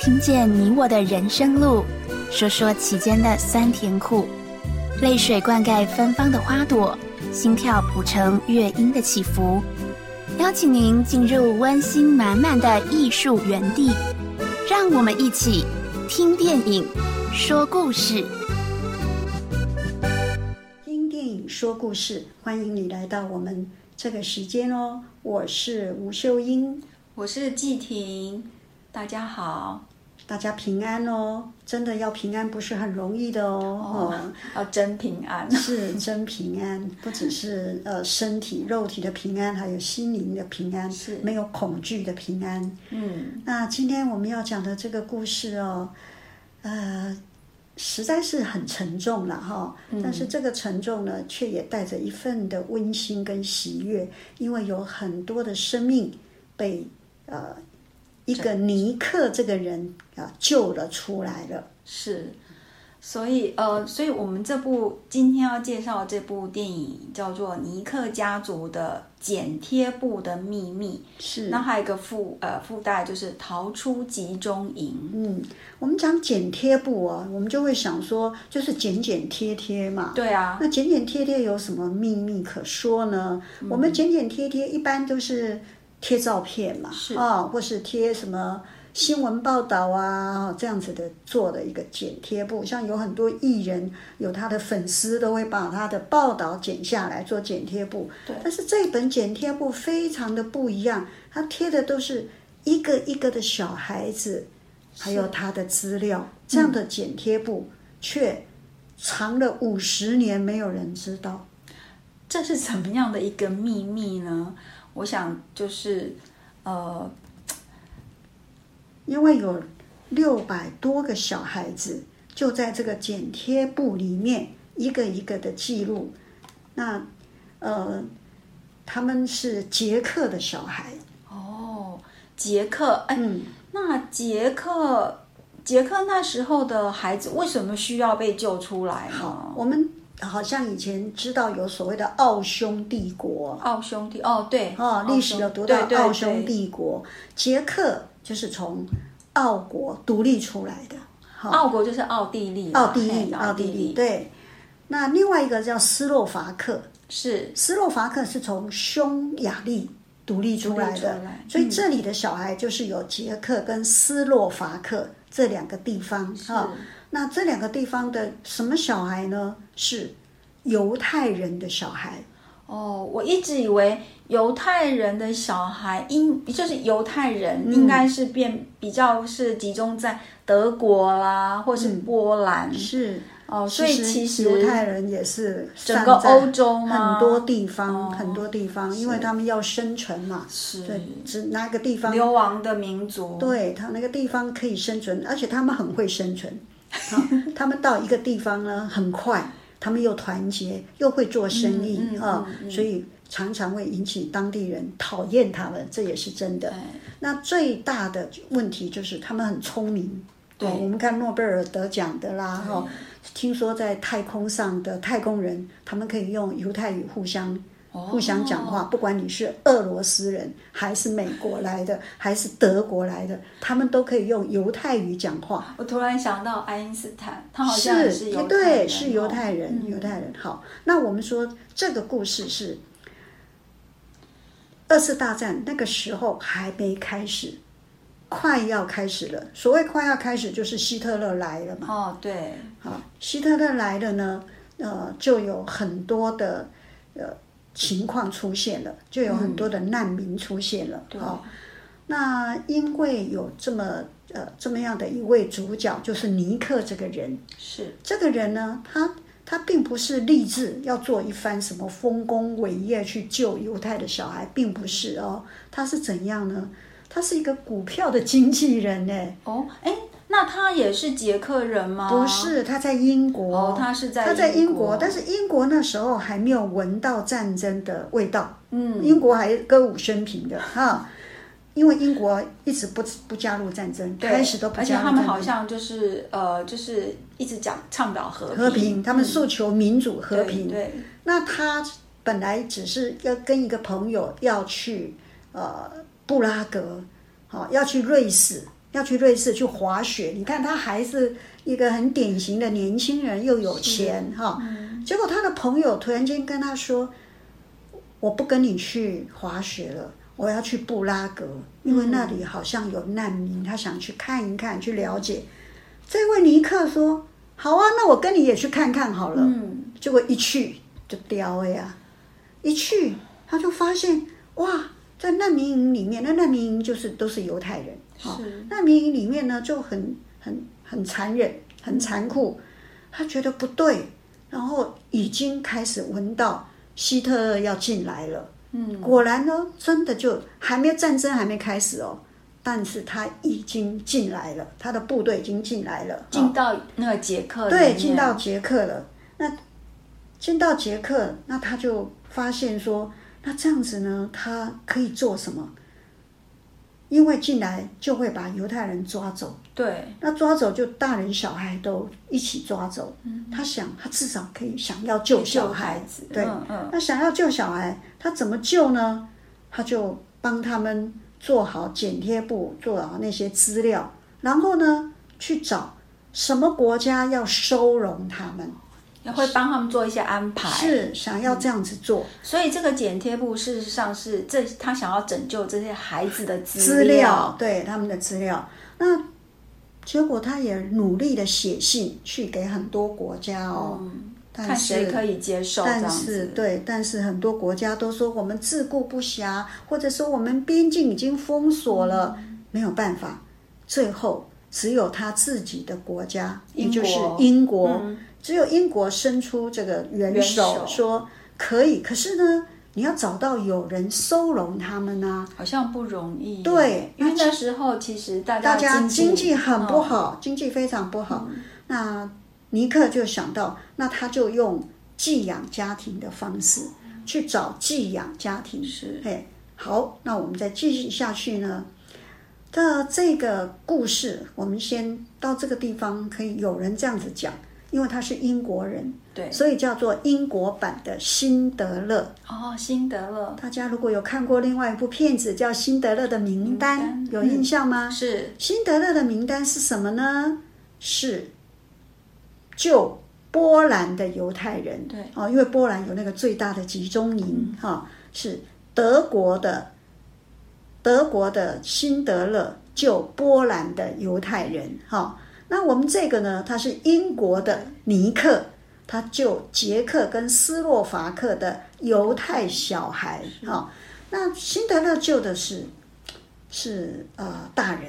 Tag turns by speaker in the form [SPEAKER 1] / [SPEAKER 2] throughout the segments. [SPEAKER 1] 听见你我的人生路，说说其间的酸甜苦，泪水灌溉芬芳的花朵，心跳谱成乐音的起伏。邀请您进入温馨满满的艺术园地，让我们一起听电影，说故事。
[SPEAKER 2] 听电影说故事，欢迎你来到我们这个时间哦。我是吴秀英，
[SPEAKER 3] 我是季婷，大家好。
[SPEAKER 2] 大家平安哦。真的要平安不是很容易的哦。
[SPEAKER 3] 哦，要真平安。
[SPEAKER 2] 是真平安， 不只是呃身体肉体的平安，还有心灵的平安，
[SPEAKER 3] 是
[SPEAKER 2] 没有恐惧的平安。
[SPEAKER 3] 嗯，
[SPEAKER 2] 那今天我们要讲的这个故事哦，呃，实在是很沉重了哈。但是这个沉重呢，却也带着一份的温馨跟喜悦，因为有很多的生命被呃一个尼克这个人啊、救了出来了。
[SPEAKER 3] 是。所以呃，所以我们这部今天要介绍这部电影叫做《尼克家族的剪贴布的秘密》，
[SPEAKER 2] 是
[SPEAKER 3] 那还有一个附呃附带就是逃出集中营。
[SPEAKER 2] 嗯，我们讲剪贴布啊，我们就会想说，就是剪剪贴贴嘛。
[SPEAKER 3] 对啊，
[SPEAKER 2] 那剪剪贴贴有什么秘密可说呢？
[SPEAKER 3] 嗯
[SPEAKER 2] 我们剪剪贴贴一般都是贴照片嘛，
[SPEAKER 3] 是
[SPEAKER 2] 啊、或是贴什么新闻报道啊这样子的做的一个剪贴布。像有很多艺人有他的粉丝都会把他的报道剪下来做剪贴布，
[SPEAKER 3] 对
[SPEAKER 2] 但是这本剪贴布非常的不一样，它贴的都是一个一个的小孩子，还有他的资料，这样的剪贴布却藏了五十年，没有人知道。
[SPEAKER 3] 这是怎么样的一个秘密呢？我想就是呃，
[SPEAKER 2] 因为有六百多个小孩子就在这个剪贴簿里面一个一个的记录。那呃，他们是捷克的小孩，
[SPEAKER 3] 哦，杰克，哎，
[SPEAKER 2] 嗯，
[SPEAKER 3] 那杰克，杰克那时候的孩子为什么需要被救出来呢？
[SPEAKER 2] 我们好像以前知道有所谓的奥匈帝国
[SPEAKER 3] 奥兄弟，哦，对，
[SPEAKER 2] 哦，历史有
[SPEAKER 3] 的
[SPEAKER 2] 读到奥匈，
[SPEAKER 3] 对对对
[SPEAKER 2] 帝国，捷克就是从奥国独立出来的，好
[SPEAKER 3] 奥国就是奥地利啦，
[SPEAKER 2] 奥地利，
[SPEAKER 3] 啊嘿
[SPEAKER 2] 奥地利，
[SPEAKER 3] 利，
[SPEAKER 2] 对。那另外一个叫斯洛伐克，
[SPEAKER 3] 是
[SPEAKER 2] 斯洛伐克是从匈牙利独立出来
[SPEAKER 3] 独立出
[SPEAKER 2] 的
[SPEAKER 3] 来，嗯
[SPEAKER 2] 所以这里的小孩就是有捷克跟斯洛伐克这两个地方啊。那这两个地方的什么小孩呢？是犹太人的小孩，
[SPEAKER 3] 哦，我一直以为犹太人的小孩应就是犹太
[SPEAKER 2] 嗯
[SPEAKER 3] 人应该是变比较是集中在德国啦，或是波兰，
[SPEAKER 2] 是
[SPEAKER 3] 哦，所以其
[SPEAKER 2] 嗯
[SPEAKER 3] 实
[SPEAKER 2] 犹太人也是
[SPEAKER 3] 整个
[SPEAKER 2] 散在
[SPEAKER 3] 欧洲吗哦
[SPEAKER 2] 很多地方，很多地方，因为他们要生存嘛，
[SPEAKER 3] 是哦
[SPEAKER 2] 对，只哪个地方
[SPEAKER 3] 流亡的民族，
[SPEAKER 2] 对他那个地方可以生存，而且他们很会生 存。好，他们到一个地方呢，很快，他们又团结，又会做生意
[SPEAKER 3] 嗯嗯
[SPEAKER 2] 啊、
[SPEAKER 3] 嗯嗯
[SPEAKER 2] 所以常常会引起当地人讨厌他们，这也是真的
[SPEAKER 3] 对。
[SPEAKER 2] 那最大的问题就是他们很聪明。
[SPEAKER 3] 对
[SPEAKER 2] 哦我们看诺贝尔得奖的啦，哈、听说在太空上的太空人，他们可以用犹太语互相互相讲
[SPEAKER 3] 哦
[SPEAKER 2] 话，不管你是俄罗斯人还是美国来的，还是德国来的，他们都可以用犹太语讲话。
[SPEAKER 3] 我突然想到爱因斯坦，他好像也
[SPEAKER 2] 是，哎
[SPEAKER 3] 犹太人、
[SPEAKER 2] 对，
[SPEAKER 3] 哦，
[SPEAKER 2] 是犹太人，犹太人。好，那我们说这个故事是二次大战那个时候还没开始，快要开始了。所谓快要开始，就是希特勒来了嘛。
[SPEAKER 3] 哦，对，
[SPEAKER 2] 啊，希特勒来了呢，呃，就有很多的呃情况出现了，就有很多的难民出现了。
[SPEAKER 3] 嗯对
[SPEAKER 2] 啊那因为有这么呃这么样的一位主角，就是尼克这个人，
[SPEAKER 3] 是
[SPEAKER 2] 这个人呢，他他并不是立志要做一番什么丰功伟业去救犹太的小孩，并不是哦，他是怎样呢？他是一个股票的经纪人呢，
[SPEAKER 3] 哦，哎，那他也是捷克人吗？
[SPEAKER 2] 不，是，他在英国。
[SPEAKER 3] 哦，他是在
[SPEAKER 2] 他在英
[SPEAKER 3] 国
[SPEAKER 2] 国，，但是英国那时候还没有闻到战争的味道，
[SPEAKER 3] 嗯，
[SPEAKER 2] 英国还歌舞升平的哈，因为英国一直不不加入战争，
[SPEAKER 3] 对
[SPEAKER 2] 开始都不
[SPEAKER 3] 而且
[SPEAKER 2] 加入
[SPEAKER 3] 他
[SPEAKER 2] 战
[SPEAKER 3] 们
[SPEAKER 2] 争。
[SPEAKER 3] 好像就是呃，就是一直讲倡导和平，
[SPEAKER 2] 和平，他们诉求民主
[SPEAKER 3] 对
[SPEAKER 2] 和平。
[SPEAKER 3] 对，
[SPEAKER 2] 那他本来只是要跟一个朋友要去呃布拉格，好、要去瑞士，要去瑞士去滑雪，你看他还是一个很典型的年轻人，又有钱哈、结果他的朋友突然间跟他说：“我不跟你去滑雪了，我要去布拉格，因为那里好像有难民，他想去看一看，去了解。”这位尼克说：“好啊，那我跟你也去看看好了。”
[SPEAKER 3] 嗯，
[SPEAKER 2] 结果一去就叼了呀，一去他就发现哇，在难民营里面，那难民营就是都是犹太人，好、
[SPEAKER 3] 是
[SPEAKER 2] 难民营里面呢就很很很残忍，很残酷，
[SPEAKER 3] 嗯
[SPEAKER 2] 他觉得不对，然后已经开始闻到希特勒要进来了。
[SPEAKER 3] 嗯，
[SPEAKER 2] 果然呢，真的就还没有战争还没开始哦，但是他已经进来了，他的部队已经进来了，
[SPEAKER 3] 进到那个捷克里面，
[SPEAKER 2] 对，进到捷克了。那进到捷克，那他就发现说，那这样子呢，他可以做什么？因为进来就会把犹太人抓走，
[SPEAKER 3] 对，
[SPEAKER 2] 那抓走就大人小孩都一起抓走。
[SPEAKER 3] 嗯
[SPEAKER 2] 他想，他至少可以想要救小孩
[SPEAKER 3] 孩子，
[SPEAKER 2] 对，
[SPEAKER 3] 嗯嗯，
[SPEAKER 2] 那想要救小孩，他怎么救呢？他就帮他们做好剪贴簿，做好那些资料，然后呢，去找什么国家要收容他们，
[SPEAKER 3] 也会帮他们做一些安排。，
[SPEAKER 2] 是想要这样子做
[SPEAKER 3] 所以这个剪贴簿事实上是这他想要拯救这些孩子的
[SPEAKER 2] 资
[SPEAKER 3] 资
[SPEAKER 2] 料，对他们的资料。那结果他也努力的写信去给很多国家哦，但
[SPEAKER 3] 嗯看谁
[SPEAKER 2] 是
[SPEAKER 3] 可以接受这样
[SPEAKER 2] 但是
[SPEAKER 3] 子。
[SPEAKER 2] 对，但是很多国家都说我们自顾不暇，或者说我们边境已经封锁了，
[SPEAKER 3] 嗯
[SPEAKER 2] 没有办法。最后只有他自己的国家，也
[SPEAKER 3] 英国
[SPEAKER 2] 就是英国，
[SPEAKER 3] 嗯
[SPEAKER 2] 只有英国伸出这个援
[SPEAKER 3] 援
[SPEAKER 2] 手
[SPEAKER 3] 手
[SPEAKER 2] 说可以。可是呢，你要找到有人收容他们啊，
[SPEAKER 3] 好像不容易耶，哦
[SPEAKER 2] 对
[SPEAKER 3] 因为那时候其实大家
[SPEAKER 2] 大家经
[SPEAKER 3] 济
[SPEAKER 2] 济很不
[SPEAKER 3] 嗯
[SPEAKER 2] 好，经济非常不好。那尼克就想到，那他就用寄养家庭的方式去找寄养家庭。
[SPEAKER 3] 嗯是
[SPEAKER 2] 哎，好，那我们再继续下去呢。的这个故事，我们先到这个地方，可以有人这样子讲，因为他是英国人，
[SPEAKER 3] 嗯对
[SPEAKER 2] 所以叫做英国版的辛德勒。
[SPEAKER 3] 哦，辛德勒
[SPEAKER 2] 大家如果有看过另外一部片子叫《辛德勒的名单》，
[SPEAKER 3] 名单
[SPEAKER 2] 有印象吗？
[SPEAKER 3] 是
[SPEAKER 2] 辛德勒的名单是什么呢？是救波兰的犹太人，
[SPEAKER 3] 对
[SPEAKER 2] 哦，因为波兰有那个最大的集中营，哈、是德国的德国的辛德勒救波兰的犹太人，哈、那我们这个呢，他是英国的尼克，他救捷克跟斯洛伐克的犹太小孩，哈、那辛德勒救的是是呃大人，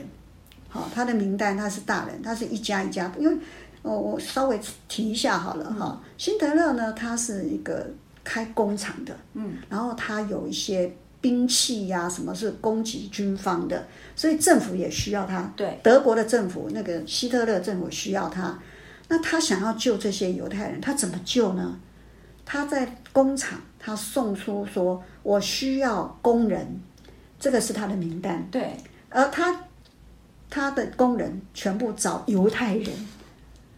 [SPEAKER 2] 好、他的名单他是大人，他是一家一家，因为我我稍微提一下好了哈、辛德勒呢，他是一个开工厂的，嗯，然后他有一些兵器呀、什么是攻击军方的，所以政府也需要他，
[SPEAKER 3] 对，
[SPEAKER 2] 德国的政府那个希特勒政府需要他，那他想要救这些犹太人，他怎么救呢？他在工厂，他送出说我需要工人，这个是他的名单，
[SPEAKER 3] 对，
[SPEAKER 2] 而他他的工人全部找犹太人，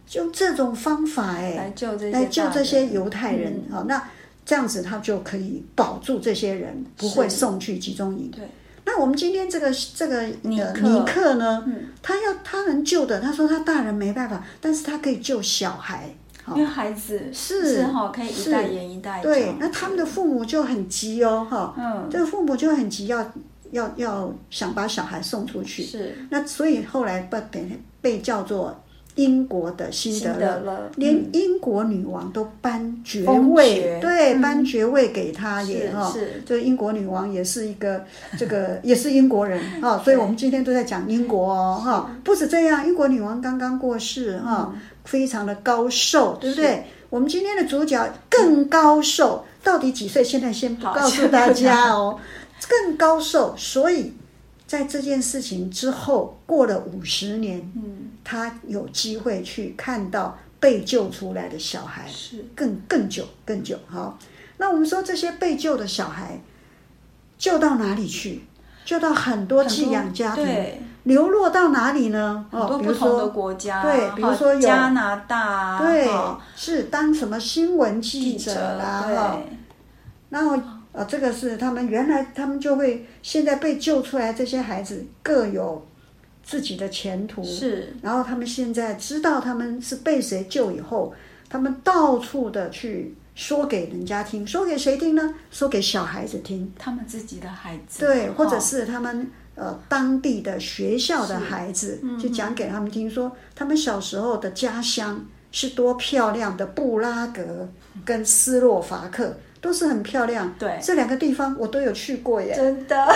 [SPEAKER 2] 就这种方法哎、
[SPEAKER 3] 来救这些
[SPEAKER 2] 来救
[SPEAKER 3] 大
[SPEAKER 2] 这些
[SPEAKER 3] 人嗯
[SPEAKER 2] 犹太人好，那这样子他就可以保住这些人，不会送去集中营。
[SPEAKER 3] 对，
[SPEAKER 2] 那我们今天这个这个呃
[SPEAKER 3] 尼克
[SPEAKER 2] 尼克呢，
[SPEAKER 3] 嗯
[SPEAKER 2] 他要他能救的，他说他大人没办法，但是他可以救小孩。好
[SPEAKER 3] 因为孩子
[SPEAKER 2] 是
[SPEAKER 3] 是哈，可以一
[SPEAKER 2] 是
[SPEAKER 3] 代演一代这
[SPEAKER 2] 对
[SPEAKER 3] 样，
[SPEAKER 2] 那他们的父母就很急哦，哈、
[SPEAKER 3] 嗯
[SPEAKER 2] 这个父母就很急要要要想把小孩送出去。
[SPEAKER 3] 是
[SPEAKER 2] 那所以后来被被被叫做英国的辛德
[SPEAKER 3] 辛
[SPEAKER 2] 勒，
[SPEAKER 3] 德勒，
[SPEAKER 2] 连
[SPEAKER 3] 嗯
[SPEAKER 2] 英国女王都颁爵
[SPEAKER 3] 封
[SPEAKER 2] 位，
[SPEAKER 3] 爵
[SPEAKER 2] 对，
[SPEAKER 3] 嗯
[SPEAKER 2] 颁爵位给她也
[SPEAKER 3] 是
[SPEAKER 2] 哈。
[SPEAKER 3] 是
[SPEAKER 2] 这个英国女王也是一个， 这个也是英国人 哈、所以我们今天都在讲英国哦哈、不止这样，英国女王刚刚过世哈、
[SPEAKER 3] 嗯
[SPEAKER 2] 非常的高寿，对不对？我们今天的主角更高寿，到底几岁？现在先不
[SPEAKER 3] 好
[SPEAKER 2] 告诉
[SPEAKER 3] 先不
[SPEAKER 2] 大家
[SPEAKER 3] 讲
[SPEAKER 2] 哦， 更高寿。所以在这件事情之后，过了五十年，
[SPEAKER 3] 嗯
[SPEAKER 2] 他有机会去看到被救出来的小孩，
[SPEAKER 3] 是
[SPEAKER 2] 更更久更久。好，那我们说这些被救的小孩，救到哪里去？救到很多
[SPEAKER 3] 很
[SPEAKER 2] 寄
[SPEAKER 3] 多
[SPEAKER 2] 养家庭，
[SPEAKER 3] 对，
[SPEAKER 2] 流落到哪里呢？
[SPEAKER 3] 很
[SPEAKER 2] 哦，
[SPEAKER 3] 多
[SPEAKER 2] 比
[SPEAKER 3] 不
[SPEAKER 2] 如
[SPEAKER 3] 同的
[SPEAKER 2] 说。
[SPEAKER 3] 国家，
[SPEAKER 2] 对比如
[SPEAKER 3] 哈
[SPEAKER 2] 说有
[SPEAKER 3] 加拿大，
[SPEAKER 2] 对
[SPEAKER 3] 哈，
[SPEAKER 2] 是当什么新闻记
[SPEAKER 3] 记
[SPEAKER 2] 者
[SPEAKER 3] 者
[SPEAKER 2] 啦，
[SPEAKER 3] 对
[SPEAKER 2] 哈，然后呃，这个是他们原来他们就会现在被救出来这些孩子各有自己的前途，
[SPEAKER 3] 是
[SPEAKER 2] 然后他们现在知道他们是被谁救以后，他们到处的去说给人家听，说给谁听呢？说给小孩子听，
[SPEAKER 3] 他们自己的孩子，
[SPEAKER 2] 对，
[SPEAKER 3] 哦
[SPEAKER 2] 或者是他们呃当地的学校的孩子，
[SPEAKER 3] 嗯
[SPEAKER 2] 就讲给他们听说，他们小时候的家乡是多漂亮的布拉格跟斯洛伐克。都是很漂亮，
[SPEAKER 3] 对
[SPEAKER 2] 这两个地方我都有去过 耶，
[SPEAKER 3] 真的。
[SPEAKER 2] 哦，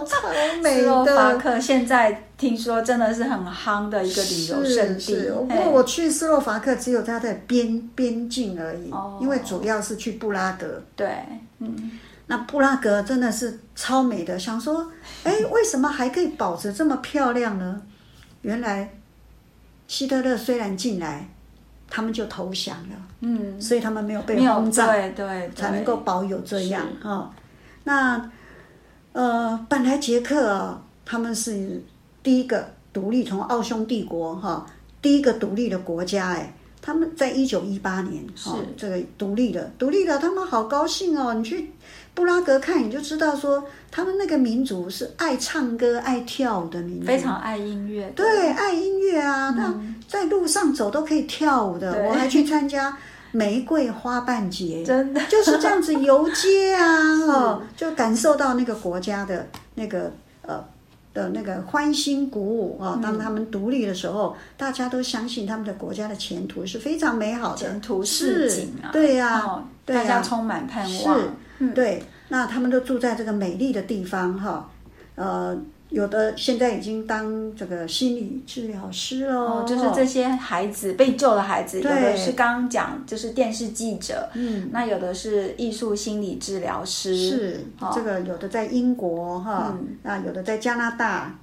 [SPEAKER 2] 超美
[SPEAKER 3] 斯洛伐
[SPEAKER 2] 的。
[SPEAKER 3] 克现在听说真的是很夯的一个旅游胜
[SPEAKER 2] 是
[SPEAKER 3] 地
[SPEAKER 2] 是，，不
[SPEAKER 3] 嘿
[SPEAKER 2] 过我去斯洛伐克只有它的边边境而已
[SPEAKER 3] 哦，
[SPEAKER 2] 因为主要是去布拉格。
[SPEAKER 3] 对，嗯，
[SPEAKER 2] 那布拉格真的是超美的，想说，哎，为什么还可以保持这么漂亮呢？原来希特勒虽然进来，他们就投降了，
[SPEAKER 3] 嗯，
[SPEAKER 2] 所以他们没有被
[SPEAKER 3] 没有
[SPEAKER 2] 轰炸。
[SPEAKER 3] 对对，
[SPEAKER 2] 才
[SPEAKER 3] 对
[SPEAKER 2] 能够保有这样啊、哦。那呃，本来捷克啊、他们是第一个独立从奥匈帝国哈、第一个独立的国家哎。他们在一九一八年，哦
[SPEAKER 3] 是，
[SPEAKER 2] 这个独立了，独立了，他们好高兴哦！你去布拉格看，你就知道说，他们那个民族是爱唱歌、爱跳舞的民族，
[SPEAKER 3] 非常爱音乐的，
[SPEAKER 2] 对，爱音乐啊，那在路上走都可以跳舞的。
[SPEAKER 3] 对
[SPEAKER 2] 我还去参加玫瑰花瓣节，
[SPEAKER 3] 真的
[SPEAKER 2] 就是这样子游街 啊，哦，就感受到那个国家的那个呃的那个欢欣鼓舞啊。
[SPEAKER 3] 嗯
[SPEAKER 2] 当他们独立的时候，大家都相信他们的国家的前途是非常美好的，
[SPEAKER 3] 前途似
[SPEAKER 2] 是
[SPEAKER 3] 锦啊
[SPEAKER 2] 对呀、
[SPEAKER 3] 哦
[SPEAKER 2] 对呀
[SPEAKER 3] 大家充满盼
[SPEAKER 2] 是哦
[SPEAKER 3] 望，嗯，
[SPEAKER 2] 对，那他们都住在这个美丽的地方哈，呃，有的现在已经当这个心理治疗师喽、
[SPEAKER 3] 哦，就是这些孩子被救的孩子，有
[SPEAKER 2] 对
[SPEAKER 3] 的是刚刚讲就是电视记者，
[SPEAKER 2] 嗯，
[SPEAKER 3] 那有的是艺术心理治疗师，
[SPEAKER 2] 是、
[SPEAKER 3] 哦
[SPEAKER 2] 这个有的在英国哈，
[SPEAKER 3] 嗯
[SPEAKER 2] 那有的在加拿大，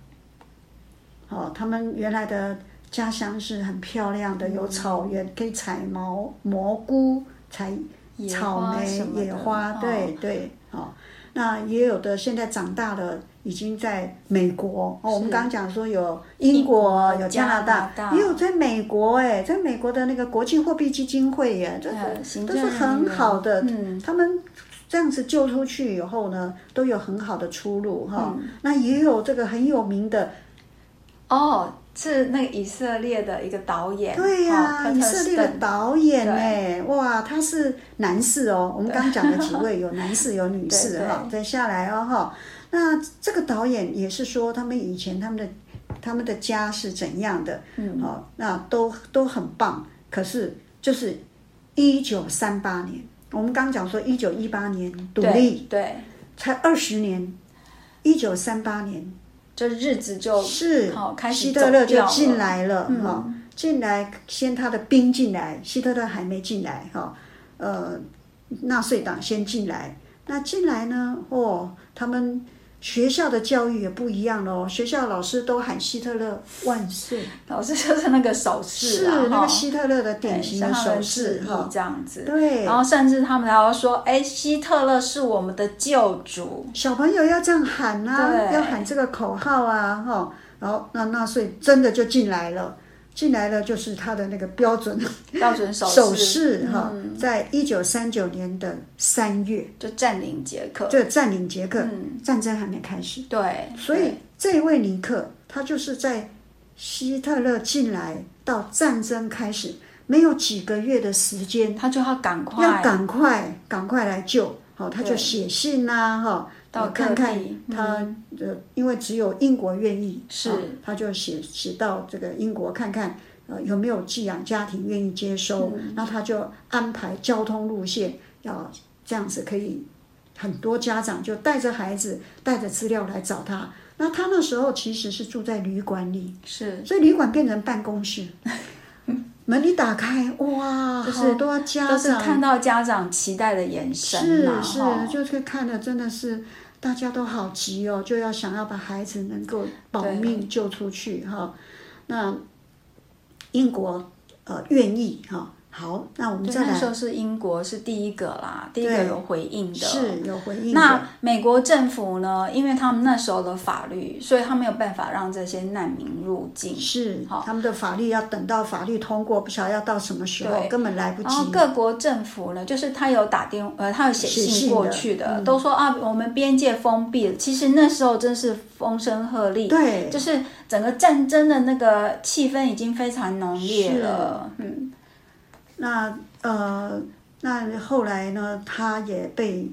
[SPEAKER 2] 哦，他们原来的家乡是很漂亮
[SPEAKER 3] 嗯
[SPEAKER 2] 的，有草原可以采毛蘑菇、采
[SPEAKER 3] 野
[SPEAKER 2] 草
[SPEAKER 3] 花
[SPEAKER 2] 莓
[SPEAKER 3] 什、么的
[SPEAKER 2] 野花，
[SPEAKER 3] 哦
[SPEAKER 2] 对对，哦，那也有的现在长大了，已经在美国哦。我们刚刚讲说有英国
[SPEAKER 3] 英、国
[SPEAKER 2] 有加拿大，
[SPEAKER 3] 加拿大
[SPEAKER 2] 也有在美国哎，在美国的那个国际货币基金会耶，这是
[SPEAKER 3] 呃行
[SPEAKER 2] 都
[SPEAKER 3] 政
[SPEAKER 2] 是
[SPEAKER 3] 人
[SPEAKER 2] 很
[SPEAKER 3] 员
[SPEAKER 2] 好的，
[SPEAKER 3] 嗯
[SPEAKER 2] 他们。这样子救出去以后呢，都有很好的出路哈、
[SPEAKER 3] 嗯
[SPEAKER 2] 那也有这个很有名的，
[SPEAKER 3] 哦，是那个以色列的一个导演，
[SPEAKER 2] 对呀、
[SPEAKER 3] 哦
[SPEAKER 2] 以色列的，
[SPEAKER 3] 科特斯
[SPEAKER 2] 导演哎，哇，他是男士 哦。我们刚讲了几位，有男士有女士
[SPEAKER 3] 对对
[SPEAKER 2] 哈，再下来哦哈。那这个导演也是说，他们以前他们的他们的家是怎样的，嗯，哦，那都都很棒。可是就是一九三八年，我们刚讲说一九一八年独
[SPEAKER 3] 登
[SPEAKER 2] 立，
[SPEAKER 3] 对对，
[SPEAKER 2] 才二十年，一九三八年
[SPEAKER 3] 这日子就是哦好开始
[SPEAKER 2] 希特勒
[SPEAKER 3] 走
[SPEAKER 2] 就
[SPEAKER 3] 掉了嗯
[SPEAKER 2] 进来了哈、进来先他的兵进来，希特勒还没进来哈、呃，纳粹党先进来，那进来呢，哦，他们学校的教育也不一样喽，学校老师都喊希特勒万岁，
[SPEAKER 3] 老师就是那个手势啊，
[SPEAKER 2] 那
[SPEAKER 3] 哈
[SPEAKER 2] 个希特勒的典型的
[SPEAKER 3] 对像他
[SPEAKER 2] 手
[SPEAKER 3] 们
[SPEAKER 2] 势
[SPEAKER 3] 示意
[SPEAKER 2] 哈，
[SPEAKER 3] 这样子，
[SPEAKER 2] 对
[SPEAKER 3] 然后甚至他们还要说，哎，希特勒是我们的救主，
[SPEAKER 2] 小朋友要这样喊啊，
[SPEAKER 3] 对
[SPEAKER 2] 要喊这个口号啊，哈、然后那纳粹真的就进来了，进来了就是他的那个标准。
[SPEAKER 3] 标准手
[SPEAKER 2] 手
[SPEAKER 3] 势
[SPEAKER 2] 势
[SPEAKER 3] 嗯
[SPEAKER 2] 哈，在一九三九年的三月，
[SPEAKER 3] 就占领捷克，
[SPEAKER 2] 这占领捷克，战争还没开始，
[SPEAKER 3] 对，
[SPEAKER 2] 所以这位尼克他就是在希特勒进来到战争开始没有几个月的时间，
[SPEAKER 3] 他就要赶快
[SPEAKER 2] 要赶快赶快来救，好、他就
[SPEAKER 3] 对
[SPEAKER 2] 写信呐、哈、
[SPEAKER 3] 到
[SPEAKER 2] 呃看
[SPEAKER 3] 各
[SPEAKER 2] 看
[SPEAKER 3] 地嗯
[SPEAKER 2] 他、呃，因为只有英国愿意，
[SPEAKER 3] 是
[SPEAKER 2] 啊他就写写到这个英国看看。呃，有没有寄养家庭愿意接收？
[SPEAKER 3] 嗯
[SPEAKER 2] 那他就安排交通路线，要这样子可以，很多家长就带着孩子带着资料来找他。那他那时候其实是住在旅馆里，
[SPEAKER 3] 是
[SPEAKER 2] 所以旅馆变成办公 室，门一打开，哇，
[SPEAKER 3] 就是
[SPEAKER 2] 好多家长
[SPEAKER 3] 都是看到家长期待的眼神啊，
[SPEAKER 2] 是是
[SPEAKER 3] 哈，
[SPEAKER 2] 就是看了真的是大家都好急哦，就要想要把孩子能够保
[SPEAKER 3] 对
[SPEAKER 2] 命救出去哈、那英国呃愿意哈、好，那我们
[SPEAKER 3] 对，
[SPEAKER 2] 再
[SPEAKER 3] 那时
[SPEAKER 2] 来，
[SPEAKER 3] 候是英国是第一个啦，第一个
[SPEAKER 2] 对
[SPEAKER 3] 有回应的。
[SPEAKER 2] 是有回应的。
[SPEAKER 3] 那美国政府呢？因为他们那时候的法律，所以他没有办法让这些难民入境。
[SPEAKER 2] 是
[SPEAKER 3] 好，
[SPEAKER 2] 他们的法律要等到法律通过，不晓得要到什么时候，
[SPEAKER 3] 对
[SPEAKER 2] 根本来不
[SPEAKER 3] 然后
[SPEAKER 2] 及。
[SPEAKER 3] 各国政府呢，就是他有打电呃，他有写
[SPEAKER 2] 写信
[SPEAKER 3] 信
[SPEAKER 2] 的嗯
[SPEAKER 3] 过去的，都说啊，我们边界封闭了。其实那时候真是风声鹤唳，
[SPEAKER 2] 对，
[SPEAKER 3] 就是整个战争的那个气氛已经非常浓烈了。嗯，
[SPEAKER 2] 那呃，那后来呢，他也被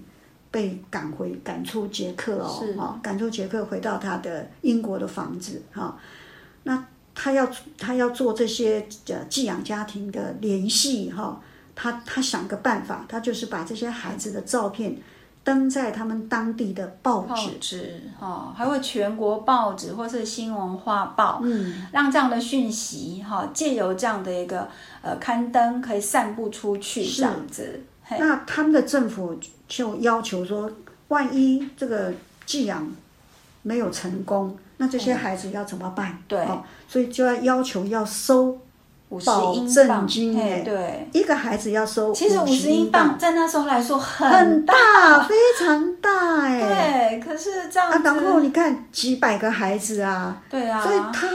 [SPEAKER 2] 被赶回赶出捷克哦
[SPEAKER 3] 是，
[SPEAKER 2] 哦，赶出捷克回到他的英国的房子哈、哦那他要他要做这些呃寄养家庭的联系哈、哦他他想个办法，他就是把这些孩子的照片登在他们当地的报
[SPEAKER 3] 报
[SPEAKER 2] 纸，
[SPEAKER 3] 纸哦，还有全国报纸或是新闻画报，
[SPEAKER 2] 嗯，
[SPEAKER 3] 让这样的讯息哈，借、由这样的一个呃刊登，可以散布出去
[SPEAKER 2] 是
[SPEAKER 3] 这样子。嘿，
[SPEAKER 2] 那他们的政府就要求说，万一这个寄养没有成功，那这些孩子要怎么办？
[SPEAKER 3] 对
[SPEAKER 2] 哦，所以就要要求要收
[SPEAKER 3] 五十
[SPEAKER 2] 保
[SPEAKER 3] 英
[SPEAKER 2] 证
[SPEAKER 3] 镑，
[SPEAKER 2] 金
[SPEAKER 3] 嘿
[SPEAKER 2] 耶哦
[SPEAKER 3] 对。
[SPEAKER 2] 一个孩子要收
[SPEAKER 3] 其实五
[SPEAKER 2] 50
[SPEAKER 3] 十英镑在那时候来说很
[SPEAKER 2] 很
[SPEAKER 3] 大，
[SPEAKER 2] 大，啊非常大哎。
[SPEAKER 3] 对，可是这样
[SPEAKER 2] 啊，
[SPEAKER 3] 子，
[SPEAKER 2] 然后你看几百个孩子啊，
[SPEAKER 3] 对啊，
[SPEAKER 2] 所以他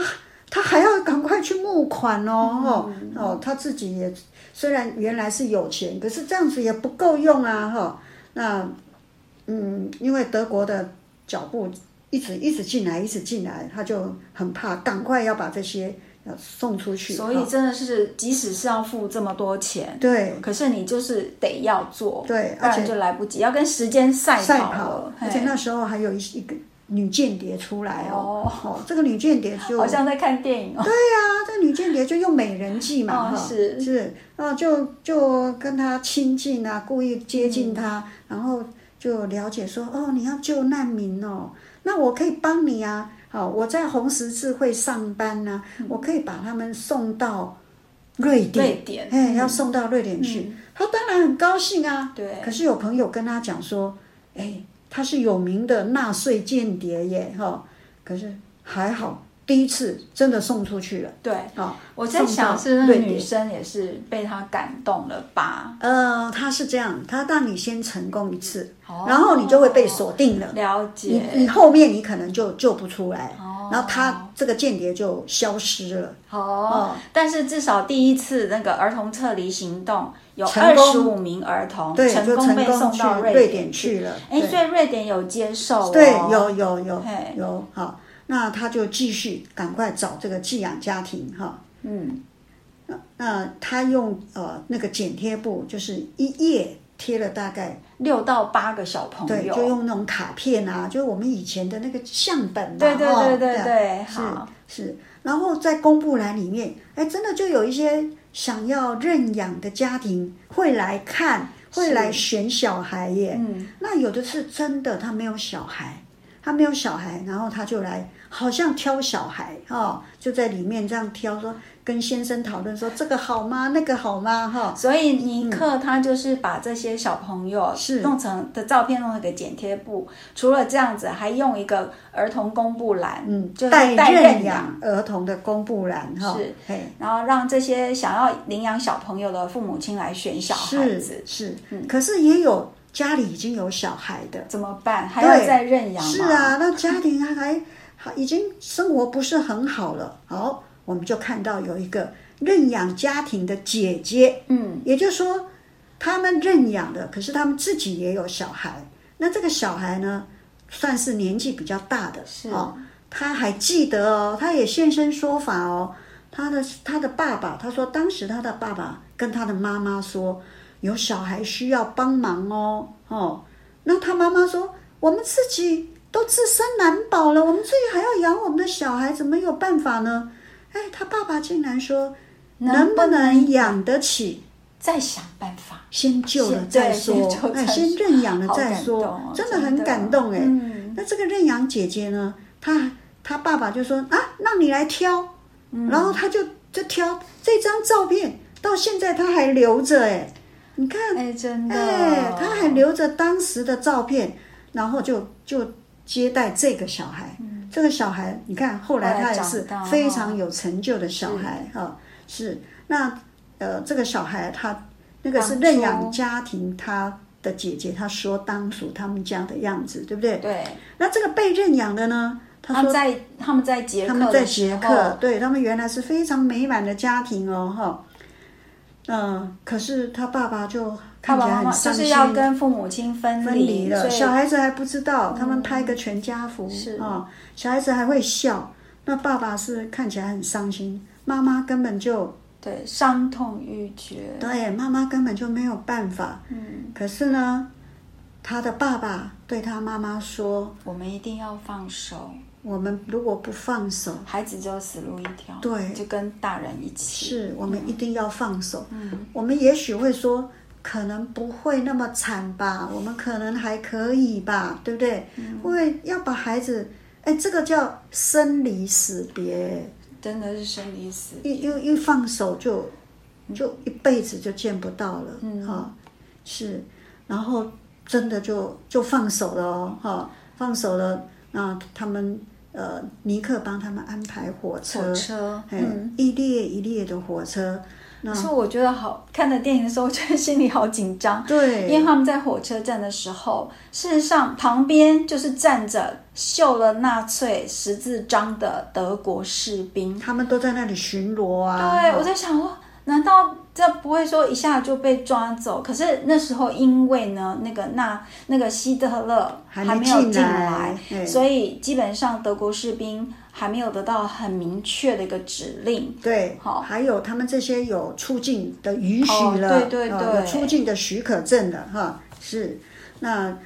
[SPEAKER 2] 他还要赶快去募款哦，
[SPEAKER 3] 嗯
[SPEAKER 2] 哦哦，他自己也虽然原来是有钱，可是这样子也不够用啊，哈、那嗯，因为德国的脚步一直一直进来，一直进来，他就很怕，赶快要把这些呃送出去，
[SPEAKER 3] 所以
[SPEAKER 2] 哈
[SPEAKER 3] 真的是，即使是要付这么多钱，
[SPEAKER 2] 哦对
[SPEAKER 3] 可是你就是得要做，
[SPEAKER 2] 对
[SPEAKER 3] 不
[SPEAKER 2] 而且
[SPEAKER 3] 然就来不及，要跟时间赛
[SPEAKER 2] 赛
[SPEAKER 3] 了
[SPEAKER 2] 跑，，而且
[SPEAKER 3] 嘿
[SPEAKER 2] 那时候还有一一个女间谍出来哦，
[SPEAKER 3] 哦
[SPEAKER 2] 哦，这个女间谍就
[SPEAKER 3] 好像在看电影哦，
[SPEAKER 2] 啊，这个女间谍就用美人计嘛，
[SPEAKER 3] 哦
[SPEAKER 2] 哈、
[SPEAKER 3] 是
[SPEAKER 2] 是啊，就就跟他亲近啊，故意接近他，
[SPEAKER 3] 嗯
[SPEAKER 2] 然后就了解说，哦，你要救难民哦，那我可以帮你啊，好，我在红十字会上班呢、我可以把他们送到瑞
[SPEAKER 3] 嗯瑞
[SPEAKER 2] 典，
[SPEAKER 3] 典，嗯
[SPEAKER 2] 哎，要送到瑞典去，他当然很高兴啊，
[SPEAKER 3] 对
[SPEAKER 2] 可是有朋友跟他讲说，哎，他是有名的纳粹间谍耶，哈、可是还好。第一次真的送出去了，
[SPEAKER 3] 对，
[SPEAKER 2] 好，
[SPEAKER 3] 哦我在想是
[SPEAKER 2] 送
[SPEAKER 3] 不
[SPEAKER 2] 到
[SPEAKER 3] 是
[SPEAKER 2] 瑞典
[SPEAKER 3] 女生也是被他感动了吧？
[SPEAKER 2] 呃，他是这样，他让你先成功一次，
[SPEAKER 3] 哦
[SPEAKER 2] 然后你就会被锁定了，
[SPEAKER 3] 了
[SPEAKER 2] 你
[SPEAKER 3] 解，
[SPEAKER 2] 你后面你可能就救不出来，
[SPEAKER 3] 哦
[SPEAKER 2] 然后他这个间谍就消失了，
[SPEAKER 3] 哦，但是至少第一次那个儿童撤离行动有
[SPEAKER 2] 成
[SPEAKER 3] 二
[SPEAKER 2] 功
[SPEAKER 3] 十五名儿童
[SPEAKER 2] 对，就
[SPEAKER 3] 成
[SPEAKER 2] 成
[SPEAKER 3] 功被
[SPEAKER 2] 功
[SPEAKER 3] 送
[SPEAKER 2] 去
[SPEAKER 3] 到
[SPEAKER 2] 瑞典
[SPEAKER 3] 典
[SPEAKER 2] 去了，
[SPEAKER 3] 哎，
[SPEAKER 2] 对
[SPEAKER 3] 所以瑞典有接受哦，
[SPEAKER 2] 对，有有有
[SPEAKER 3] 嘿
[SPEAKER 2] 有，好，那他就继续赶快找这个寄养家庭哈，
[SPEAKER 3] 嗯，
[SPEAKER 2] 那他用呃那个剪贴布，就是一页贴了大概
[SPEAKER 3] 六到八个小朋
[SPEAKER 2] 对，
[SPEAKER 3] 友，
[SPEAKER 2] 就用那种卡片啊，就是我们以前的那个相本嘛，
[SPEAKER 3] 对对
[SPEAKER 2] 哦
[SPEAKER 3] 对对
[SPEAKER 2] 啊
[SPEAKER 3] 对，
[SPEAKER 2] 是
[SPEAKER 3] 好，
[SPEAKER 2] 是。然后在公布栏里面，哎，真的就有一些想要认养的家庭会来看，会
[SPEAKER 3] 是
[SPEAKER 2] 来选小孩耶。
[SPEAKER 3] 嗯，
[SPEAKER 2] 那有的是真的，他没有小孩，他没有小孩，然后他就来，好像挑小孩哦，就在里面这样挑说，跟先生讨论说这个好吗？那个好吗？哈、
[SPEAKER 3] 所以尼克他就是把这些小朋友
[SPEAKER 2] 嗯是
[SPEAKER 3] 弄成的照片弄成一个剪贴簿，除了这样子，还用一个儿童公布栏，
[SPEAKER 2] 嗯，
[SPEAKER 3] 就是
[SPEAKER 2] 待
[SPEAKER 3] 带
[SPEAKER 2] 认
[SPEAKER 3] 认
[SPEAKER 2] 养儿童的公布栏哈，
[SPEAKER 3] 是
[SPEAKER 2] 嘿，
[SPEAKER 3] 然后让这些想要领养小朋友的父母亲来选小孩
[SPEAKER 2] 是
[SPEAKER 3] 子，嗯
[SPEAKER 2] 是，可是也有家里已经有小孩的，
[SPEAKER 3] 怎么办？还要再认养吗？
[SPEAKER 2] 是，啊，那家庭还还已经生活不是很好了。好，我们就看到有一个认养家庭的姐姐，
[SPEAKER 3] 嗯，
[SPEAKER 2] 也就是说，他们认养的，可是他们自己也有小孩。那这个小孩呢，算是年纪比较大的，
[SPEAKER 3] 是
[SPEAKER 2] 哦，他还记得哦，他也现身说法哦。他的他的爸爸，他说当时他的爸爸跟他的妈妈说，有小孩需要帮忙哦，哦，那他妈妈说，我们自己都自身难保了，我们自己还要养我们的小孩，怎么有办法呢？哎，他爸爸竟然说，能不能养得起？
[SPEAKER 3] 再想办法？
[SPEAKER 2] 先救了
[SPEAKER 3] 先
[SPEAKER 2] 再
[SPEAKER 3] 对
[SPEAKER 2] 说
[SPEAKER 3] 先救，
[SPEAKER 2] 哎，
[SPEAKER 3] 再
[SPEAKER 2] 先
[SPEAKER 3] 说
[SPEAKER 2] 认养了
[SPEAKER 3] 好
[SPEAKER 2] 再
[SPEAKER 3] 感
[SPEAKER 2] 说，
[SPEAKER 3] 动哦
[SPEAKER 2] 真的
[SPEAKER 3] 真
[SPEAKER 2] 很
[SPEAKER 3] 的
[SPEAKER 2] 感动哎。
[SPEAKER 3] 嗯
[SPEAKER 2] 那这个认养姐姐呢，她她爸爸就说啊，让你来挑，
[SPEAKER 3] 嗯
[SPEAKER 2] 然后她就就挑这张照片，到现在她还留着哎，你看，
[SPEAKER 3] 哎，真的，
[SPEAKER 2] 哎，她还留着当时的照片，然后就就接待这个小孩，
[SPEAKER 3] 嗯
[SPEAKER 2] 这个小孩你看后来
[SPEAKER 3] 后来
[SPEAKER 2] 他也
[SPEAKER 3] 长
[SPEAKER 2] 是
[SPEAKER 3] 大
[SPEAKER 2] 非
[SPEAKER 3] 哦
[SPEAKER 2] 常有成就的小孩哈、是那。呃，这个小孩他那个是认养家庭，他的姐姐她说当属他们家的样子，对不对？
[SPEAKER 3] 对，
[SPEAKER 2] 那这个被认养的呢，
[SPEAKER 3] 他
[SPEAKER 2] 他
[SPEAKER 3] 们
[SPEAKER 2] 说
[SPEAKER 3] 在他们在捷
[SPEAKER 2] 他们
[SPEAKER 3] 克
[SPEAKER 2] 在
[SPEAKER 3] 的
[SPEAKER 2] 捷
[SPEAKER 3] 时
[SPEAKER 2] 克
[SPEAKER 3] 候，，
[SPEAKER 2] 对他们原来是非常美满的家庭哦，哈。嗯，可是他爸爸就
[SPEAKER 3] 爸
[SPEAKER 2] 看起
[SPEAKER 3] 爸
[SPEAKER 2] 来
[SPEAKER 3] 妈妈
[SPEAKER 2] 很
[SPEAKER 3] 就
[SPEAKER 2] 伤
[SPEAKER 3] 是
[SPEAKER 2] 心，
[SPEAKER 3] 要跟父母亲分
[SPEAKER 2] 分离了，
[SPEAKER 3] 所
[SPEAKER 2] 小
[SPEAKER 3] 以
[SPEAKER 2] 孩子还不知道，他们拍个全家福
[SPEAKER 3] 是
[SPEAKER 2] 啊、小孩子还会笑。那爸爸是看起来很伤心，妈妈根本就
[SPEAKER 3] 对伤痛欲绝，
[SPEAKER 2] 对，妈妈根本就没有办法。嗯，可是呢，他的爸爸对他妈妈说
[SPEAKER 3] 我们一定要放手，：“
[SPEAKER 2] 我们如果不放手，
[SPEAKER 3] 孩子只有死路一条，
[SPEAKER 2] 对
[SPEAKER 3] 就跟大人一起，
[SPEAKER 2] 是我们一定要放手。
[SPEAKER 3] 嗯
[SPEAKER 2] 我们也许会说，可能不会那么惨吧，我们可能还可以吧，对不对？
[SPEAKER 3] 嗯
[SPEAKER 2] 因为要把孩子，哎，这个叫生离死别，
[SPEAKER 3] 真的是生离死别，
[SPEAKER 2] 一一一放手就就一辈子就见不到了，
[SPEAKER 3] 嗯
[SPEAKER 2] 哈、是，然后真的就就放手了哦，哈、放手了，那他们呃，尼克帮他们安排火车，
[SPEAKER 3] 火车，
[SPEAKER 2] 哎
[SPEAKER 3] 嗯。，
[SPEAKER 2] 一列一列的火车，那
[SPEAKER 3] 可是我觉得好看的电影的时候，我觉得心里好紧张，
[SPEAKER 2] 对，
[SPEAKER 3] 因为他们在火车站的时候，事实上旁边就是站着绣了纳粹十字章的德国士兵。
[SPEAKER 2] 他们都在那里巡逻啊。
[SPEAKER 3] 对，我在想说，难道这不会说一下就被抓走？可是那时候因为呢，那个那那个希特勒
[SPEAKER 2] 还
[SPEAKER 3] 还
[SPEAKER 2] 没
[SPEAKER 3] 没有
[SPEAKER 2] 进
[SPEAKER 3] 进
[SPEAKER 2] 来
[SPEAKER 3] 来，
[SPEAKER 2] 对
[SPEAKER 3] 所以基本上德国士兵还没有得到很明确的一个指令。
[SPEAKER 2] 对，
[SPEAKER 3] 好
[SPEAKER 2] 还有他们这些有出境的允许
[SPEAKER 3] 哦
[SPEAKER 2] 了，
[SPEAKER 3] 对对
[SPEAKER 2] 啊
[SPEAKER 3] 对
[SPEAKER 2] 有出境的许可证了哈。是，那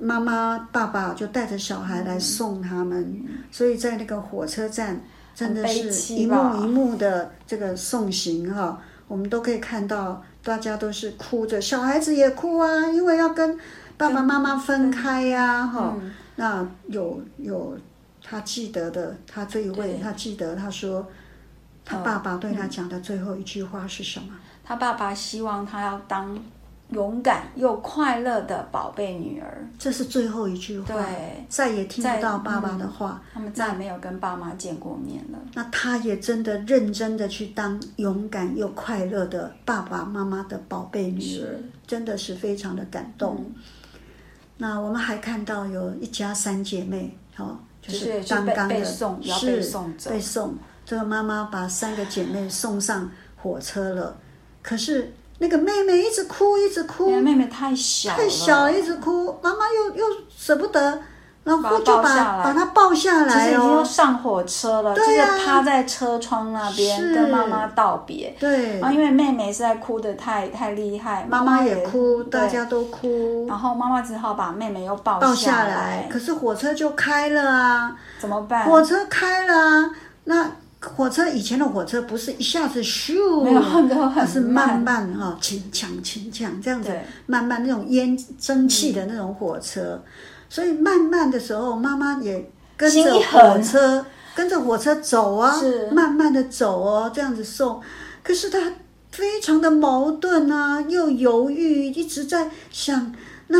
[SPEAKER 2] 妈妈爸爸就带着小孩来送他们，所以在那个火车站真的
[SPEAKER 3] 嗯很悲
[SPEAKER 2] 是一
[SPEAKER 3] 戚
[SPEAKER 2] 幕
[SPEAKER 3] 吧
[SPEAKER 2] 一幕的这个送行哈，我们都可以看到大家都是哭着，小孩子也哭啊，因为要跟爸爸妈妈分开呀、
[SPEAKER 3] 嗯
[SPEAKER 2] 哈、那有有他记得的，他这一位
[SPEAKER 3] 对嗯
[SPEAKER 2] 他记得他说。他爸爸对他讲的最后一句话是什么？
[SPEAKER 3] 他爸爸希望他要当勇敢又快乐的宝贝女儿。
[SPEAKER 2] 这是最后一句话
[SPEAKER 3] 对，
[SPEAKER 2] 再也听
[SPEAKER 3] 再嗯
[SPEAKER 2] 不到爸爸的话。
[SPEAKER 3] 他们再也没有跟爸妈见过面了。
[SPEAKER 2] 那他也真的认真的去当勇敢又快乐的爸爸妈妈的宝贝女儿
[SPEAKER 3] 是，嗯
[SPEAKER 2] 真的是非常的感动。那我们还看到有一家三姐妹，哦，就
[SPEAKER 3] 就是是
[SPEAKER 2] 刚
[SPEAKER 3] 被
[SPEAKER 2] 刚的
[SPEAKER 3] 被送也要
[SPEAKER 2] 是
[SPEAKER 3] 被送走
[SPEAKER 2] 被送这个妈妈把三个姐妹送上火车了，可是那个妹妹一直哭，一直哭
[SPEAKER 3] 因，为妹妹太小了，
[SPEAKER 2] 太小了，一直哭，妈妈又又舍不得，然后就
[SPEAKER 3] 把她抱下
[SPEAKER 2] 把
[SPEAKER 3] 来
[SPEAKER 2] 把她抱下
[SPEAKER 3] 其实
[SPEAKER 2] 来
[SPEAKER 3] 已经要
[SPEAKER 2] 哦，
[SPEAKER 3] 上火车了，
[SPEAKER 2] 对啊
[SPEAKER 3] 就是趴在车窗那边
[SPEAKER 2] 是
[SPEAKER 3] 跟妈妈道别。啊
[SPEAKER 2] 对
[SPEAKER 3] 然，后因为妹妹实在哭得太太厉害，
[SPEAKER 2] 妈妈也哭，
[SPEAKER 3] 对哦
[SPEAKER 2] 大家都哭，
[SPEAKER 3] 然后妈妈只好把妹妹又抱
[SPEAKER 2] 抱
[SPEAKER 3] 下
[SPEAKER 2] 下来，可是火车就开了啊，
[SPEAKER 3] 怎么办？
[SPEAKER 2] 火车开了啊，那火车以前的火车不是一下子咻，
[SPEAKER 3] 没有都很
[SPEAKER 2] 它是慢
[SPEAKER 3] 慢
[SPEAKER 2] 慢哈，轻抢轻抢这样子
[SPEAKER 3] 对，
[SPEAKER 2] 慢慢那种烟蒸汽的那种火车，所以慢慢的时候，妈妈也跟
[SPEAKER 3] 心
[SPEAKER 2] 着
[SPEAKER 3] 一
[SPEAKER 2] 火
[SPEAKER 3] 横
[SPEAKER 2] 车跟着火车走啊
[SPEAKER 3] 是，
[SPEAKER 2] 慢慢的走哦，这样子送，可是她非常的矛盾啊，又犹豫，一直在想那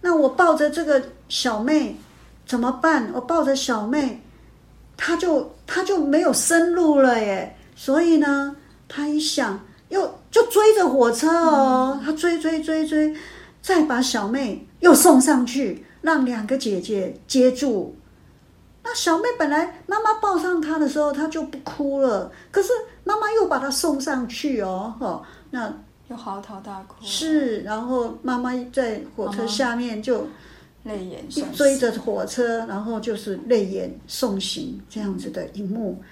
[SPEAKER 2] 那我抱着这个小妹怎么办？我抱着小妹，她就她就没有生路了耶。所以呢，她一想，又就追着火车哦，她追追追追，再把小妹又送上去，让两个姐姐接住。那小妹本来妈妈抱上她的时候，她就不哭了，可是妈妈又把她送上去哦，哦，那
[SPEAKER 3] 又嚎啕大哭，
[SPEAKER 2] 是，然后妈妈在火车下面就
[SPEAKER 3] 泪眼
[SPEAKER 2] 一
[SPEAKER 3] 瞬
[SPEAKER 2] 追着火车，然后就是泪眼送行这样子的一幕，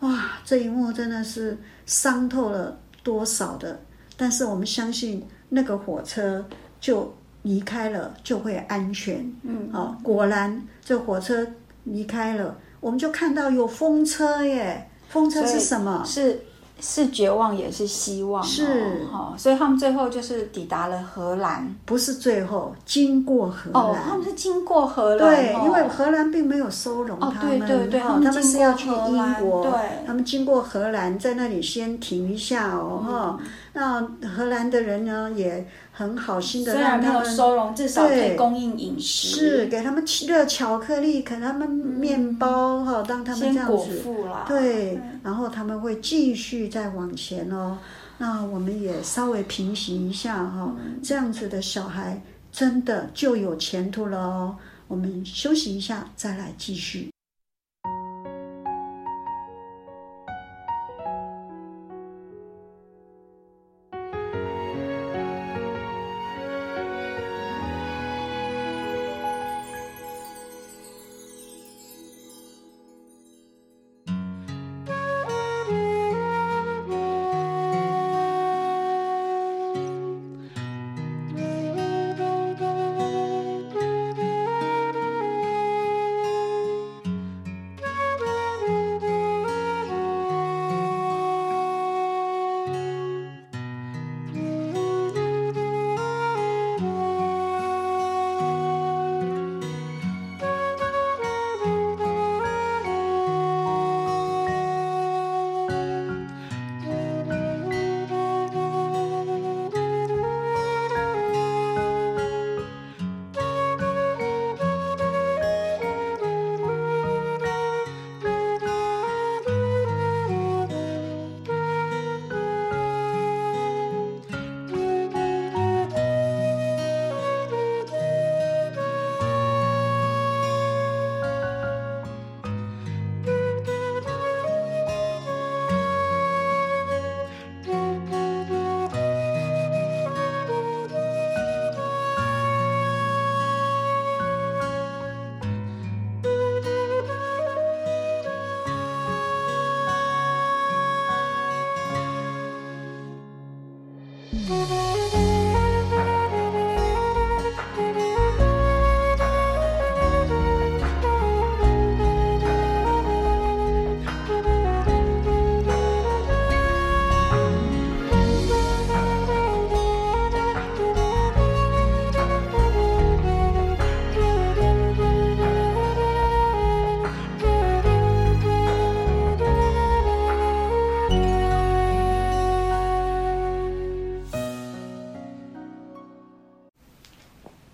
[SPEAKER 2] 哇，这一幕真的是伤透了多少的。但是我们相信那个火车就离开了，就会安全。嗯，啊，果然这火车离开了，我们就看到有风车耶，风车
[SPEAKER 3] 所
[SPEAKER 2] 是
[SPEAKER 3] 以
[SPEAKER 2] 什么？
[SPEAKER 3] 嗯是是绝望也是希望、哦，
[SPEAKER 2] 是
[SPEAKER 3] 哈、所以他们最后就是抵达了荷兰。
[SPEAKER 2] 不是最后经过荷兰。
[SPEAKER 3] 哦，他们是经过荷兰、
[SPEAKER 2] 对，
[SPEAKER 3] 哦
[SPEAKER 2] 因为荷兰并没有收容
[SPEAKER 3] 哦
[SPEAKER 2] 他
[SPEAKER 3] 对
[SPEAKER 2] 们，
[SPEAKER 3] 对对
[SPEAKER 2] 哈
[SPEAKER 3] 他们
[SPEAKER 2] 他们是要去
[SPEAKER 3] 经过荷
[SPEAKER 2] 英
[SPEAKER 3] 兰
[SPEAKER 2] 国，
[SPEAKER 3] 对嗯
[SPEAKER 2] 他们经过荷兰，在那里先停一下哦，哈、那荷兰的人呢也很好心的
[SPEAKER 3] 虽然
[SPEAKER 2] 让
[SPEAKER 3] 没
[SPEAKER 2] 他
[SPEAKER 3] 有
[SPEAKER 2] 们
[SPEAKER 3] 收容，至少可
[SPEAKER 2] 对
[SPEAKER 3] 以供应饮食，
[SPEAKER 2] 是给他们吃热巧克力，给他们面包哈、让他们这
[SPEAKER 3] 先
[SPEAKER 2] 样
[SPEAKER 3] 嗯果
[SPEAKER 2] 子。
[SPEAKER 3] 腹啦。
[SPEAKER 2] 对，然后他们会继续再往前哦。那我们也稍微平息一下哈、
[SPEAKER 3] 嗯
[SPEAKER 2] 这样子的小孩真的就有前途了哦。我们休息一下，再来继续。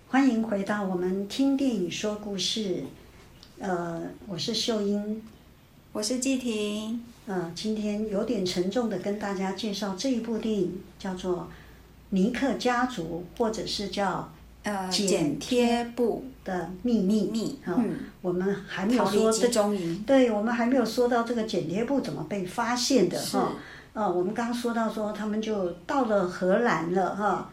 [SPEAKER 2] 欢迎回到我们听电影说故事，呃，我是秀英，
[SPEAKER 3] 我是季婷，
[SPEAKER 2] 呃，今天有点沉重的跟大家介绍这一部电影，叫做《尼克家族》，或者是叫
[SPEAKER 3] 呃，
[SPEAKER 2] 剪
[SPEAKER 3] 剪贴布
[SPEAKER 2] 《的秘密》。
[SPEAKER 3] 秘密
[SPEAKER 2] 好、
[SPEAKER 3] 嗯
[SPEAKER 2] 我们还没有
[SPEAKER 3] 逃
[SPEAKER 2] 说
[SPEAKER 3] 离
[SPEAKER 2] 这
[SPEAKER 3] 集中营
[SPEAKER 2] 对，我们还没有说到这个剪贴布怎么被发现的
[SPEAKER 3] 是
[SPEAKER 2] 哈。呃，我们刚刚说到说他们就到了荷兰了哈，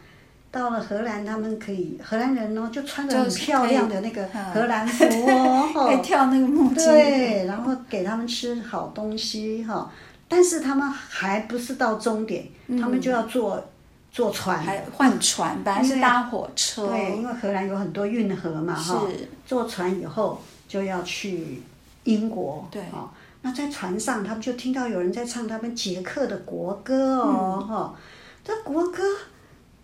[SPEAKER 2] 到了荷兰他们可以荷兰人哦呢就穿着很
[SPEAKER 3] 就是可以
[SPEAKER 2] 漂亮的那个
[SPEAKER 3] 嗯
[SPEAKER 2] 荷兰服哦，哈
[SPEAKER 3] 可以跳那个木屐，
[SPEAKER 2] 对，然后给他们吃好东西哈。但是他们还不是到终点，他们就要坐坐船，
[SPEAKER 3] 嗯还换船，本来是搭火车，
[SPEAKER 2] 对，因为荷兰有很多运河嘛哈。
[SPEAKER 3] 是
[SPEAKER 2] 坐船以后就要去英国，
[SPEAKER 3] 对
[SPEAKER 2] 哦，那在船上他们就听到有人在唱他们捷克的国歌哦，哈、这国歌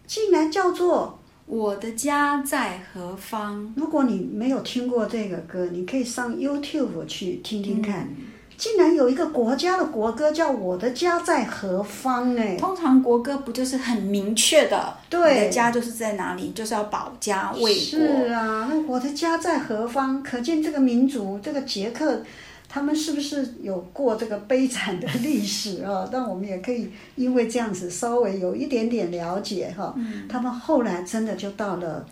[SPEAKER 2] 竟然叫做，
[SPEAKER 3] 我的家在何方？
[SPEAKER 2] 如果你没有听过这个歌，你可以上 YouTube 去听听看，竟然有一个国家的国歌叫《我的家在何方》哎，
[SPEAKER 3] 通常国歌不就是很明确的，
[SPEAKER 2] 对
[SPEAKER 3] 你的家就是在哪里，就是要保家卫
[SPEAKER 2] 是
[SPEAKER 3] 啊国。
[SPEAKER 2] 啊，那我的家在何方？可见这个民族，这个捷克，他们是不是有过这个悲惨的历史啊？ 那我们也可以因为这样子稍微有一点点了解哈、
[SPEAKER 3] 嗯
[SPEAKER 2] 他们后来真的就到了，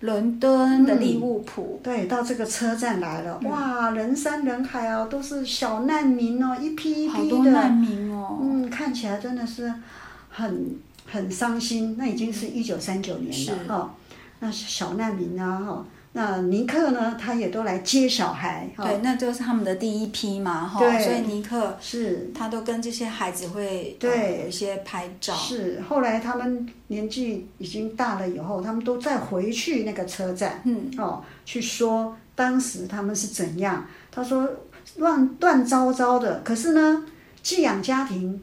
[SPEAKER 3] 伦敦的利物浦，
[SPEAKER 2] 对，到这个车站来了，
[SPEAKER 3] 嗯
[SPEAKER 2] 哇，人山人海啊，都是小难民哦，一批一
[SPEAKER 3] 好
[SPEAKER 2] 批
[SPEAKER 3] 多
[SPEAKER 2] 的，
[SPEAKER 3] 难民哦。
[SPEAKER 2] 嗯，看起来真的是很很伤心。那已经是一九三九年了
[SPEAKER 3] 是
[SPEAKER 2] 哦，那小难民啊哈、哦，那尼克呢，他也都来接小孩哦哈、
[SPEAKER 3] 对，那就是他们的第一批嘛，哈，
[SPEAKER 2] 对
[SPEAKER 3] 所以尼克
[SPEAKER 2] 是
[SPEAKER 3] 他都跟这些孩子会呃
[SPEAKER 2] 对
[SPEAKER 3] 有一些拍照，
[SPEAKER 2] 是。后来他们年纪已经大了以后，他们都再回去那个车站
[SPEAKER 3] 嗯，
[SPEAKER 2] 哦，去说当时他们是怎样。他说乱乱糟糟的，可是呢，寄养家庭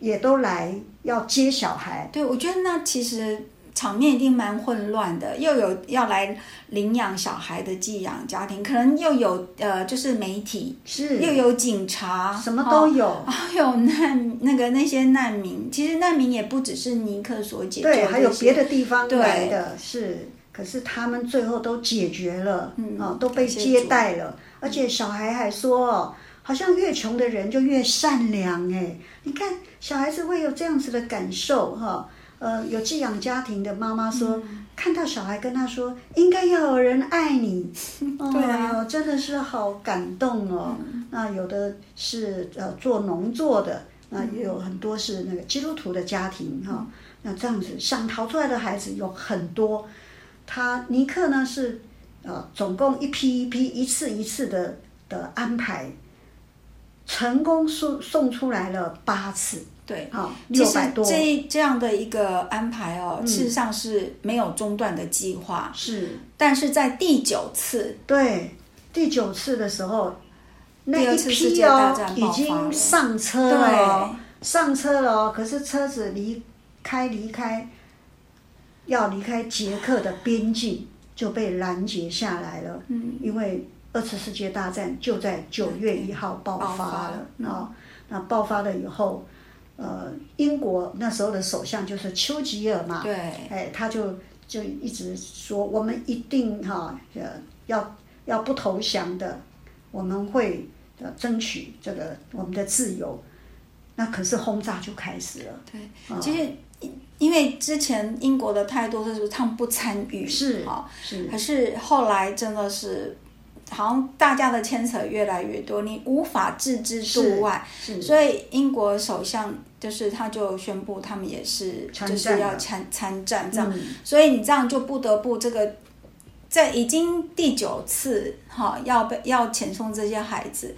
[SPEAKER 2] 也都来要接小孩。
[SPEAKER 3] 对，我觉得那其实场面一定蛮混乱的，又有要来领养小孩的寄养家庭，可能又有呃，就是媒体，
[SPEAKER 2] 是，
[SPEAKER 3] 又有警察，
[SPEAKER 2] 什么都
[SPEAKER 3] 哦。
[SPEAKER 2] 有。
[SPEAKER 3] 还有难那个那些难民，其实难民也不只是尼克所解救的
[SPEAKER 2] 对，
[SPEAKER 3] 这些，
[SPEAKER 2] 还有别的地方
[SPEAKER 3] 对
[SPEAKER 2] 来的，是，可是他们最后都解决了，
[SPEAKER 3] 嗯
[SPEAKER 2] 啊，都被
[SPEAKER 3] 接
[SPEAKER 2] 接
[SPEAKER 3] 住
[SPEAKER 2] 待了，而且小孩还说哦，好像越穷的人就越善良哎。你看小孩子会有这样子的感受哈。呃，有寄养家庭的妈妈说，
[SPEAKER 3] 嗯
[SPEAKER 2] 看到小孩跟他说，应该要有人爱 你，
[SPEAKER 3] 对啊嗯
[SPEAKER 2] 哎呦真的是好感动哦。那有的是呃做农作的，那也有很多是那个基督徒的家庭
[SPEAKER 3] 嗯
[SPEAKER 2] 哈、那这样子想逃出来的孩子有很多，他尼克呢是呃总共一批一批一次一次的的安排，成功送送出来了八次
[SPEAKER 3] 对。
[SPEAKER 2] 啊，
[SPEAKER 3] 其
[SPEAKER 2] 六
[SPEAKER 3] 实
[SPEAKER 2] 百多嗯
[SPEAKER 3] 这这样的一个安排哦，事实上是没有中断的计划，
[SPEAKER 2] 是。
[SPEAKER 3] 但是在第九次，
[SPEAKER 2] 对，第九次的时候，那
[SPEAKER 3] 第二
[SPEAKER 2] 一
[SPEAKER 3] 次世
[SPEAKER 2] 批
[SPEAKER 3] 界大
[SPEAKER 2] 哦
[SPEAKER 3] 战
[SPEAKER 2] 已
[SPEAKER 3] 爆发了
[SPEAKER 2] 经上车
[SPEAKER 3] 对
[SPEAKER 2] 了哦，上车了哦，可是车子离开离开，要离开捷克的边境就被拦截下来了，
[SPEAKER 3] 嗯，
[SPEAKER 2] 因为二次世界大战就在九月一号爆
[SPEAKER 3] 爆发
[SPEAKER 2] 发
[SPEAKER 3] 了
[SPEAKER 2] 了哦，那爆发了以后。呃，英国那时候的首相就是丘吉尔嘛，
[SPEAKER 3] 对，
[SPEAKER 2] 哎，他就就一直说，我们一定哈、呃，要要不投降的，我们会呃争取这个我们的自由。那可是轰炸就开始了，
[SPEAKER 3] 对，其实因因为之前英国的态度就是他们不参与，
[SPEAKER 2] 是
[SPEAKER 3] 好，
[SPEAKER 2] 是
[SPEAKER 3] 可是后来真的是。好像大家的牵扯越来越多，你无法置之度外，
[SPEAKER 2] 是
[SPEAKER 3] 所以英国首相就是他就宣布他们也是
[SPEAKER 2] 参
[SPEAKER 3] 就是
[SPEAKER 2] 战
[SPEAKER 3] 要
[SPEAKER 2] 了
[SPEAKER 3] 参参战这样，
[SPEAKER 2] 嗯
[SPEAKER 3] 所以你这样就不得不这个在已经第九次哈、要被要遣送这些孩子，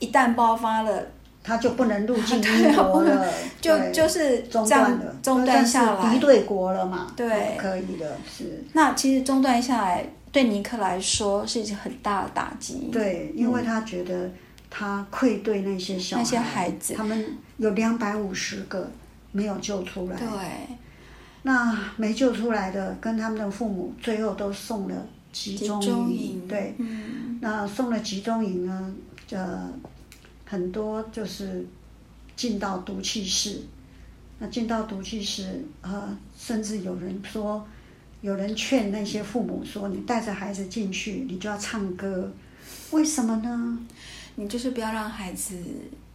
[SPEAKER 3] 一旦爆发了，
[SPEAKER 2] 他就不能入境英国了，
[SPEAKER 3] 就
[SPEAKER 2] 对
[SPEAKER 3] 就是这
[SPEAKER 2] 中断
[SPEAKER 3] 样
[SPEAKER 2] 了，
[SPEAKER 3] 中
[SPEAKER 2] 但
[SPEAKER 3] 断
[SPEAKER 2] 是
[SPEAKER 3] 下来
[SPEAKER 2] 敌，对国了嘛，
[SPEAKER 3] 对
[SPEAKER 2] 不可以的，是
[SPEAKER 3] 那其实中断下来对尼克来说是一个很大的打击。
[SPEAKER 2] 对，因为他觉得他愧对那些小
[SPEAKER 3] 那些孩子
[SPEAKER 2] 他们有两百五十个没有救出来，
[SPEAKER 3] 对
[SPEAKER 2] 那没救出来的，跟他们的父母最后都送了集
[SPEAKER 3] 集
[SPEAKER 2] 中
[SPEAKER 3] 中营
[SPEAKER 2] 对，
[SPEAKER 3] 嗯，
[SPEAKER 2] 那送了集中营呢，呃，很多就是进到毒气室。那进到毒气室，呃，甚至有人说，有人劝那些父母说：“你带着孩子进去，你就要唱歌。”为什么呢？
[SPEAKER 3] 你就是不要让孩子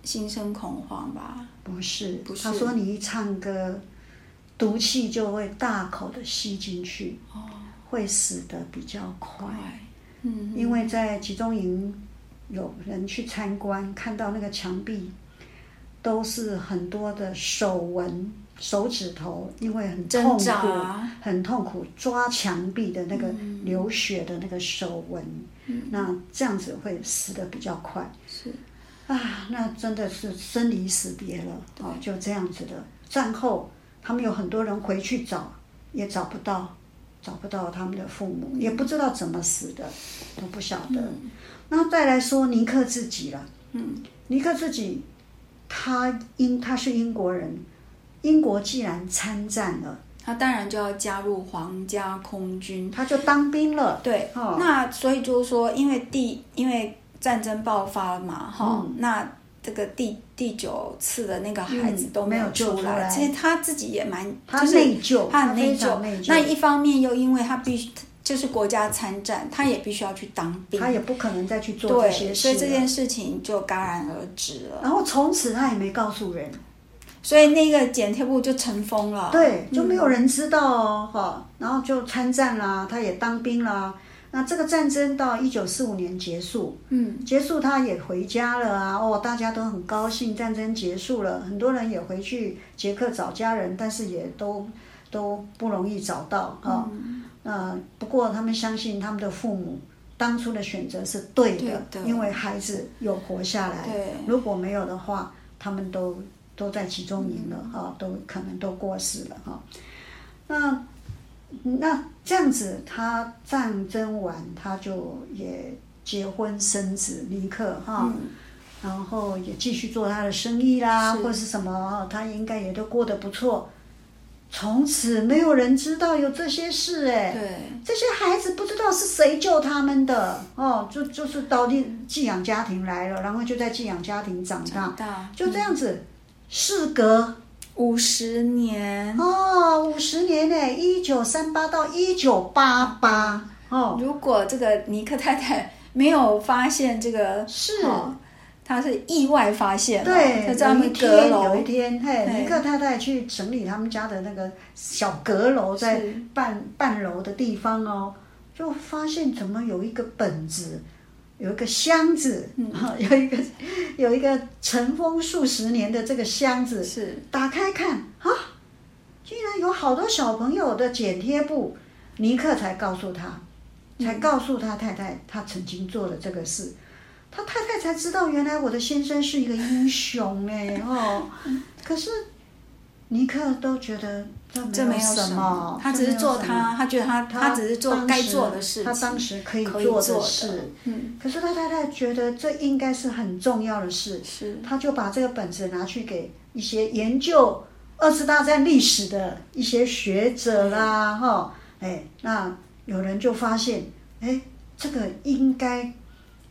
[SPEAKER 3] 心生恐慌吧。
[SPEAKER 2] 不是，
[SPEAKER 3] 不是
[SPEAKER 2] 他说你一唱歌，毒气就会大口的吸进去，
[SPEAKER 3] 哦，
[SPEAKER 2] 会死得比较快。
[SPEAKER 3] 对，嗯，
[SPEAKER 2] 因为在集中营有人去参观，看到那个墙壁都是很多的手纹、手指头，因为很
[SPEAKER 3] 挣
[SPEAKER 2] 痛
[SPEAKER 3] 扎啊嗯
[SPEAKER 2] 苦，很痛苦，抓墙壁的那个流血的那个手纹，那这样子会死得比较快
[SPEAKER 3] 是
[SPEAKER 2] 啊！那真的是生离死别了哦，就这样子的。战后他们有很多人回去找，也找不到。找不到他们的父母，也不知道怎么死的，都不晓得。那再来说尼克自己了，
[SPEAKER 3] 嗯，
[SPEAKER 2] 尼克自己，他英他是英国人，英国既然参战了，
[SPEAKER 3] 他当然就要加入皇家空军。
[SPEAKER 2] 他就当兵了。
[SPEAKER 3] 对，
[SPEAKER 2] 哦
[SPEAKER 3] 那所以就是说，因为第因为战争爆发嘛，哈、
[SPEAKER 2] 嗯
[SPEAKER 3] 那这个第第九次的那个孩子
[SPEAKER 2] 嗯
[SPEAKER 3] 都
[SPEAKER 2] 没有救
[SPEAKER 3] 出
[SPEAKER 2] 出
[SPEAKER 3] 来，
[SPEAKER 2] 来
[SPEAKER 3] 其实他自己也蛮，
[SPEAKER 2] 他
[SPEAKER 3] 就是
[SPEAKER 2] 内疚，
[SPEAKER 3] 他很内
[SPEAKER 2] 非
[SPEAKER 3] 疚
[SPEAKER 2] 常内疚，
[SPEAKER 3] 那一方面又因为他必须就是国家参战，他也必须要去当兵，
[SPEAKER 2] 他也不可能再去做这些
[SPEAKER 3] 对，所
[SPEAKER 2] 事
[SPEAKER 3] 以这
[SPEAKER 2] 了。
[SPEAKER 3] 件事情就戛然而止了。
[SPEAKER 2] 然后从此他也没告诉人，
[SPEAKER 3] 所以那个剪贴布就尘封了，
[SPEAKER 2] 对，就没有人知道哦，
[SPEAKER 3] 嗯
[SPEAKER 2] 哈、然后就参战啦，他也当兵啦。那这个战争到一九四五年结束，
[SPEAKER 3] 嗯，
[SPEAKER 2] 结束他也回家了啊，哦，大家都很高兴，战争结束了，很多人也回去捷克找家人，但是也都都不容易找到
[SPEAKER 3] 嗯
[SPEAKER 2] 啊。那不过他们相信他们的父母当初的选择是对的，
[SPEAKER 3] 对的
[SPEAKER 2] 因为孩子有活下来，
[SPEAKER 3] 对
[SPEAKER 2] 如果没有的话，他们都都在集中营了哈、都可能都过世了哈、那那这样子，他战争完，他就也结婚生子，尼克哈，
[SPEAKER 3] 嗯
[SPEAKER 2] 然后也继续做他的生意啦，
[SPEAKER 3] 是
[SPEAKER 2] 或是什么，哦他应该也都过得不错。从此没有人知道有这些事哎、
[SPEAKER 3] 对。
[SPEAKER 2] 这些孩子不知道是谁救他们的哦，就就是到寄寄养家庭来了，然后就在寄养家庭长大，
[SPEAKER 3] 大
[SPEAKER 2] 就这样子，事隔
[SPEAKER 3] 五十年，
[SPEAKER 2] 哦五十年呢，一九三八到一九八八哦，
[SPEAKER 3] 如果这个尼克太太没有发现这个
[SPEAKER 2] 是
[SPEAKER 3] 哦他是意外发现哦，
[SPEAKER 2] 对，
[SPEAKER 3] 他在他
[SPEAKER 2] 有一
[SPEAKER 3] 们阁
[SPEAKER 2] 天
[SPEAKER 3] 楼
[SPEAKER 2] 有一天，嘿，
[SPEAKER 3] 对
[SPEAKER 2] 尼克太太去整理他们家的那个小阁楼，在
[SPEAKER 3] 是
[SPEAKER 2] 半半楼的地方哦，就发现怎么有一个本子，有一个箱子，
[SPEAKER 3] 嗯
[SPEAKER 2] 啊， 有一个有一个尘封数十年的这个箱子，
[SPEAKER 3] 是
[SPEAKER 2] 打开看啊，居然有好多小朋友的剪贴簿。尼克才告诉他，
[SPEAKER 3] 嗯
[SPEAKER 2] 才告诉他太太，他曾经做了这个事。他太太才知道，原来我的先生是一个英雄哎、 哦。可是尼克都觉得
[SPEAKER 3] 这
[SPEAKER 2] 这
[SPEAKER 3] 没
[SPEAKER 2] 没
[SPEAKER 3] 有
[SPEAKER 2] 什
[SPEAKER 3] 什么，他只是做
[SPEAKER 2] 这没有什么
[SPEAKER 3] 他，他觉得他他只是做
[SPEAKER 2] 当
[SPEAKER 3] 该
[SPEAKER 2] 时
[SPEAKER 3] 做的事情，
[SPEAKER 2] 他当时可以
[SPEAKER 3] 可以
[SPEAKER 2] 做
[SPEAKER 3] 做
[SPEAKER 2] 的
[SPEAKER 3] 的
[SPEAKER 2] 事。
[SPEAKER 3] 嗯，
[SPEAKER 2] 可是他太太觉得这应该是很重要的事，
[SPEAKER 3] 是
[SPEAKER 2] 他就把这个本子拿去给一些研究二次大战历史的一些学者啦，哈，哎，那有人就发现，哎，这个应该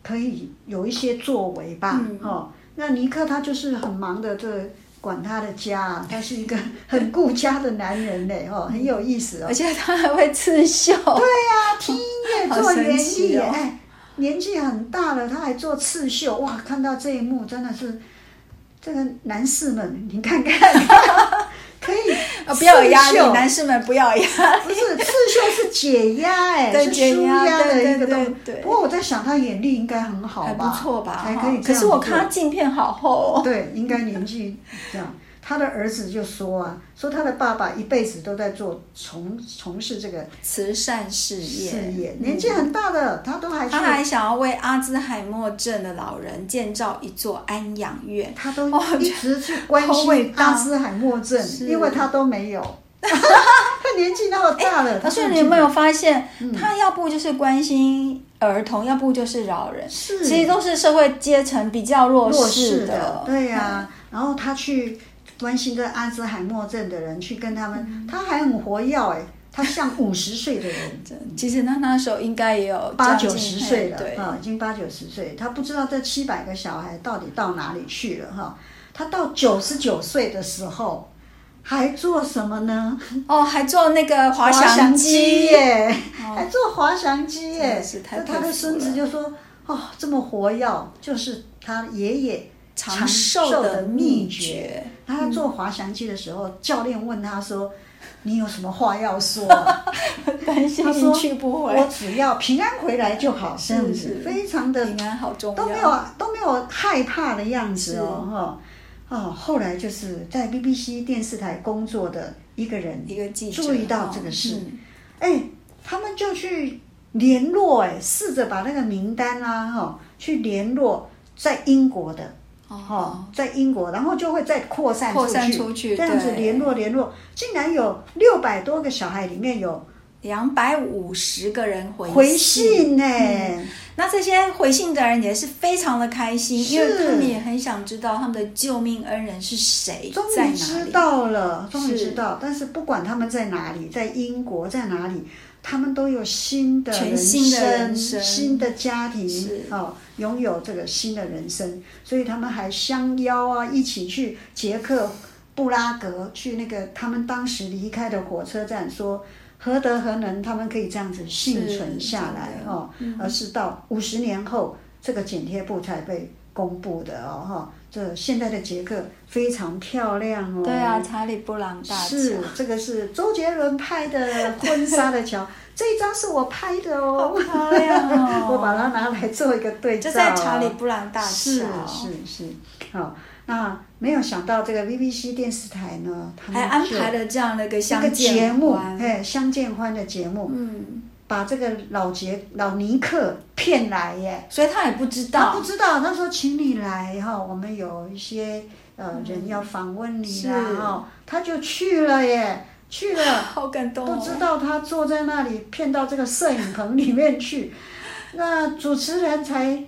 [SPEAKER 2] 可以有一些作为吧，
[SPEAKER 3] 嗯
[SPEAKER 2] 哦，那尼克他就是很忙的，这管他的家啊，他是一个很顾家的男人嘞，哦，很有意思哦
[SPEAKER 3] 而，且他还会刺绣，
[SPEAKER 2] 对呀、听音乐做园艺，
[SPEAKER 3] 好神奇哦
[SPEAKER 2] 哎，年纪很大了，他还做刺绣，哇！看到这一幕，真的是这个男士们，你看看， 可以
[SPEAKER 3] 啊，哦不要有压力
[SPEAKER 2] 刺，绣
[SPEAKER 3] 男士们不要有压力，
[SPEAKER 2] 不是刺绣是解压哎、
[SPEAKER 3] 对
[SPEAKER 2] 是
[SPEAKER 3] 解
[SPEAKER 2] 舒
[SPEAKER 3] 压
[SPEAKER 2] 压的
[SPEAKER 3] 对
[SPEAKER 2] 一个
[SPEAKER 3] 对
[SPEAKER 2] 动
[SPEAKER 3] 对对
[SPEAKER 2] 作。不过我在想，他眼力应该很好
[SPEAKER 3] 还
[SPEAKER 2] 吧，
[SPEAKER 3] 不错吧？
[SPEAKER 2] 才
[SPEAKER 3] 哈
[SPEAKER 2] 可以这样
[SPEAKER 3] 可是我看他
[SPEAKER 2] 做
[SPEAKER 3] 镜片好厚哦，
[SPEAKER 2] 对，应该年纪这样。他的儿子就说啊，说他的爸爸一辈子都在做从从事这个
[SPEAKER 3] 慈善事业，
[SPEAKER 2] 事业，
[SPEAKER 3] 嗯
[SPEAKER 2] 年纪很大的，他都还去
[SPEAKER 3] 他，还想要为阿兹海默症的老人建造一座安养院，
[SPEAKER 2] 他都
[SPEAKER 3] 哦
[SPEAKER 2] 一直去关
[SPEAKER 3] 好伟
[SPEAKER 2] 心
[SPEAKER 3] 大
[SPEAKER 2] 阿兹海默症
[SPEAKER 3] 是，
[SPEAKER 2] 因为他都没有， 他年纪那么大了，他嗯
[SPEAKER 3] 而且
[SPEAKER 2] 说
[SPEAKER 3] 哎你有没有发现，他要不就是关心儿童，要不就是老人，
[SPEAKER 2] 是
[SPEAKER 3] 其实都是社会阶层比较弱
[SPEAKER 2] 弱
[SPEAKER 3] 势
[SPEAKER 2] 势
[SPEAKER 3] 的嗯
[SPEAKER 2] 的，，对呀、然后他去关心这阿兹海默症的人，去跟他
[SPEAKER 3] 嗯
[SPEAKER 2] 们，他还很活跃哎，他像五十岁的人，
[SPEAKER 3] 其实他那时候应该也有
[SPEAKER 2] 八
[SPEAKER 3] 将
[SPEAKER 2] 九
[SPEAKER 3] 近
[SPEAKER 2] 十岁了
[SPEAKER 3] 对，
[SPEAKER 2] 啊，已经八九十岁，他不知道这七百个小孩到底到哪里去了哈。他到九十九岁的时候还做什么呢？
[SPEAKER 3] 哦，还做那个滑翔
[SPEAKER 2] 嗯翔
[SPEAKER 3] 机，
[SPEAKER 2] 耶，还做滑翔机
[SPEAKER 3] 真的
[SPEAKER 2] 耶
[SPEAKER 3] 是！太
[SPEAKER 2] 那他
[SPEAKER 3] 佩
[SPEAKER 2] 的
[SPEAKER 3] 服
[SPEAKER 2] 孙子
[SPEAKER 3] 了
[SPEAKER 2] 就说：“哦，这么活跃，就是他爷爷
[SPEAKER 3] 长
[SPEAKER 2] 寿
[SPEAKER 3] 寿的
[SPEAKER 2] 的
[SPEAKER 3] 秘嗯
[SPEAKER 2] 诀。
[SPEAKER 3] 诀。”
[SPEAKER 2] 他做滑翔机的时候，教练问他说：“你有什么话要说？”
[SPEAKER 3] 担心
[SPEAKER 2] 他说
[SPEAKER 3] 你去 不
[SPEAKER 2] 我
[SPEAKER 3] 回，
[SPEAKER 2] 只要平安回来就好，这样
[SPEAKER 3] 是
[SPEAKER 2] 子非常的
[SPEAKER 3] 平安好重要。
[SPEAKER 2] 都没有都没有害怕的样子哦，哈哦，后来就是在 BBC 电视台工作的一个人，
[SPEAKER 3] 一个记者
[SPEAKER 2] 注意到这个事
[SPEAKER 3] 嗯
[SPEAKER 2] 哎，他们就去联络，哎，试着把那个名单啦、哈、去联络在英国的，
[SPEAKER 3] 哦
[SPEAKER 2] 哦，，在英国，然后就会再扩散
[SPEAKER 3] 扩
[SPEAKER 2] 出
[SPEAKER 3] 散
[SPEAKER 2] 去，
[SPEAKER 3] 出去
[SPEAKER 2] 这样子
[SPEAKER 3] 对
[SPEAKER 2] 联络联络，竟然有六百多个小孩里面有
[SPEAKER 3] 两百五十个人回嗯
[SPEAKER 2] 回信哎呢、
[SPEAKER 3] 那这些回信的人也是非常的开心，因为
[SPEAKER 2] 是
[SPEAKER 3] 他们也很想知道他们的救命恩人是谁，
[SPEAKER 2] 终
[SPEAKER 3] 在
[SPEAKER 2] 于
[SPEAKER 3] 哪
[SPEAKER 2] 知
[SPEAKER 3] 里。
[SPEAKER 2] 道了，终于
[SPEAKER 3] 是
[SPEAKER 2] 知道。但是不管他们在哪里，在英国在哪里，他们都有新的
[SPEAKER 3] 全
[SPEAKER 2] 人
[SPEAKER 3] 新的人生
[SPEAKER 2] 生新的家庭
[SPEAKER 3] 是，
[SPEAKER 2] 哦，拥有这个新的人生。所以他们还相邀啊，一起去捷克布拉格，去那个他们当时离开的火车站说。何德何能，他们可以这样子幸存下来
[SPEAKER 3] 真的嗯
[SPEAKER 2] 哦，而是到五十年后，这个剪贴簿才被公布的哦，哈，这现在的捷克非常漂亮哦。
[SPEAKER 3] 对啊，，查理布朗大桥
[SPEAKER 2] 是这个是周杰伦拍的婚纱的 桥，这一张是我拍的哦，
[SPEAKER 3] 漂亮 哦
[SPEAKER 2] 我把它拿来做一个对照、
[SPEAKER 3] 就
[SPEAKER 2] 啊。
[SPEAKER 3] 在查理布朗大桥，
[SPEAKER 2] 是是是，好，那没有想到这个 BBC 电视台呢，他们
[SPEAKER 3] 还安
[SPEAKER 2] 就
[SPEAKER 3] 排了这样的一个
[SPEAKER 2] 这个
[SPEAKER 3] 相
[SPEAKER 2] 节
[SPEAKER 3] 见
[SPEAKER 2] 目，
[SPEAKER 3] 欢。
[SPEAKER 2] 哎，相见欢的节目，
[SPEAKER 3] 嗯，
[SPEAKER 2] 把这个老杰老尼克骗来耶。
[SPEAKER 3] 所以他也不知
[SPEAKER 2] 他
[SPEAKER 3] 道
[SPEAKER 2] 不，知道，他说请你来哈，我们有一些呃人要访问你啦
[SPEAKER 3] 是
[SPEAKER 2] 哈，他就去了耶，去了，
[SPEAKER 3] 好感动、哦，
[SPEAKER 2] 不知道他坐在那里骗到这个摄影棚里面去， 那主持人才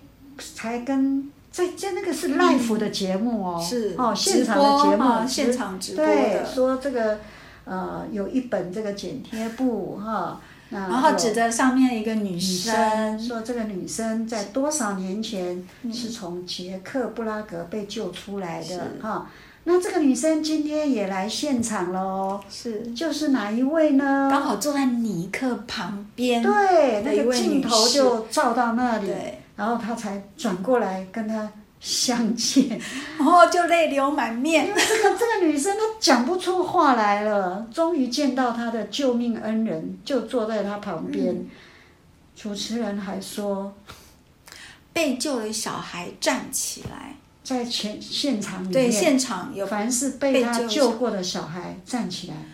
[SPEAKER 2] 才跟在在那个是 live 的节目哦，
[SPEAKER 3] 嗯是
[SPEAKER 2] 哦
[SPEAKER 3] 直
[SPEAKER 2] 现场的节
[SPEAKER 3] 播哈
[SPEAKER 2] 目，
[SPEAKER 3] 现场直播
[SPEAKER 2] 对
[SPEAKER 3] 的，
[SPEAKER 2] 说这个呃有一本这个剪贴簿哈，那
[SPEAKER 3] 然后
[SPEAKER 2] 有
[SPEAKER 3] 指着上面一个女
[SPEAKER 2] 女
[SPEAKER 3] 生，嗯
[SPEAKER 2] 生说，这个女生在多少年前是从捷克布拉格被救出来的哈、那这个女生今天也来现场了哦，
[SPEAKER 3] 是
[SPEAKER 2] 就是哪一位呢？
[SPEAKER 3] 刚好坐在尼克旁边，
[SPEAKER 2] 对，
[SPEAKER 3] 的一
[SPEAKER 2] 那个
[SPEAKER 3] 位
[SPEAKER 2] 镜
[SPEAKER 3] 女
[SPEAKER 2] 头
[SPEAKER 3] 士
[SPEAKER 2] 就照到那里，
[SPEAKER 3] 对
[SPEAKER 2] 然后她才转过来跟她相 见。
[SPEAKER 3] 然后就泪流满面。
[SPEAKER 2] 这个这个女生都讲不出话来了，终于见到她的救命恩人，就坐在她旁边。
[SPEAKER 3] 嗯
[SPEAKER 2] 主持人还说，
[SPEAKER 3] 被救的小孩站起来，
[SPEAKER 2] 在前现场里面，
[SPEAKER 3] 对，现场有，
[SPEAKER 2] 凡是被
[SPEAKER 3] 被
[SPEAKER 2] 他
[SPEAKER 3] 救
[SPEAKER 2] 救过的小孩站起来，
[SPEAKER 3] 哇，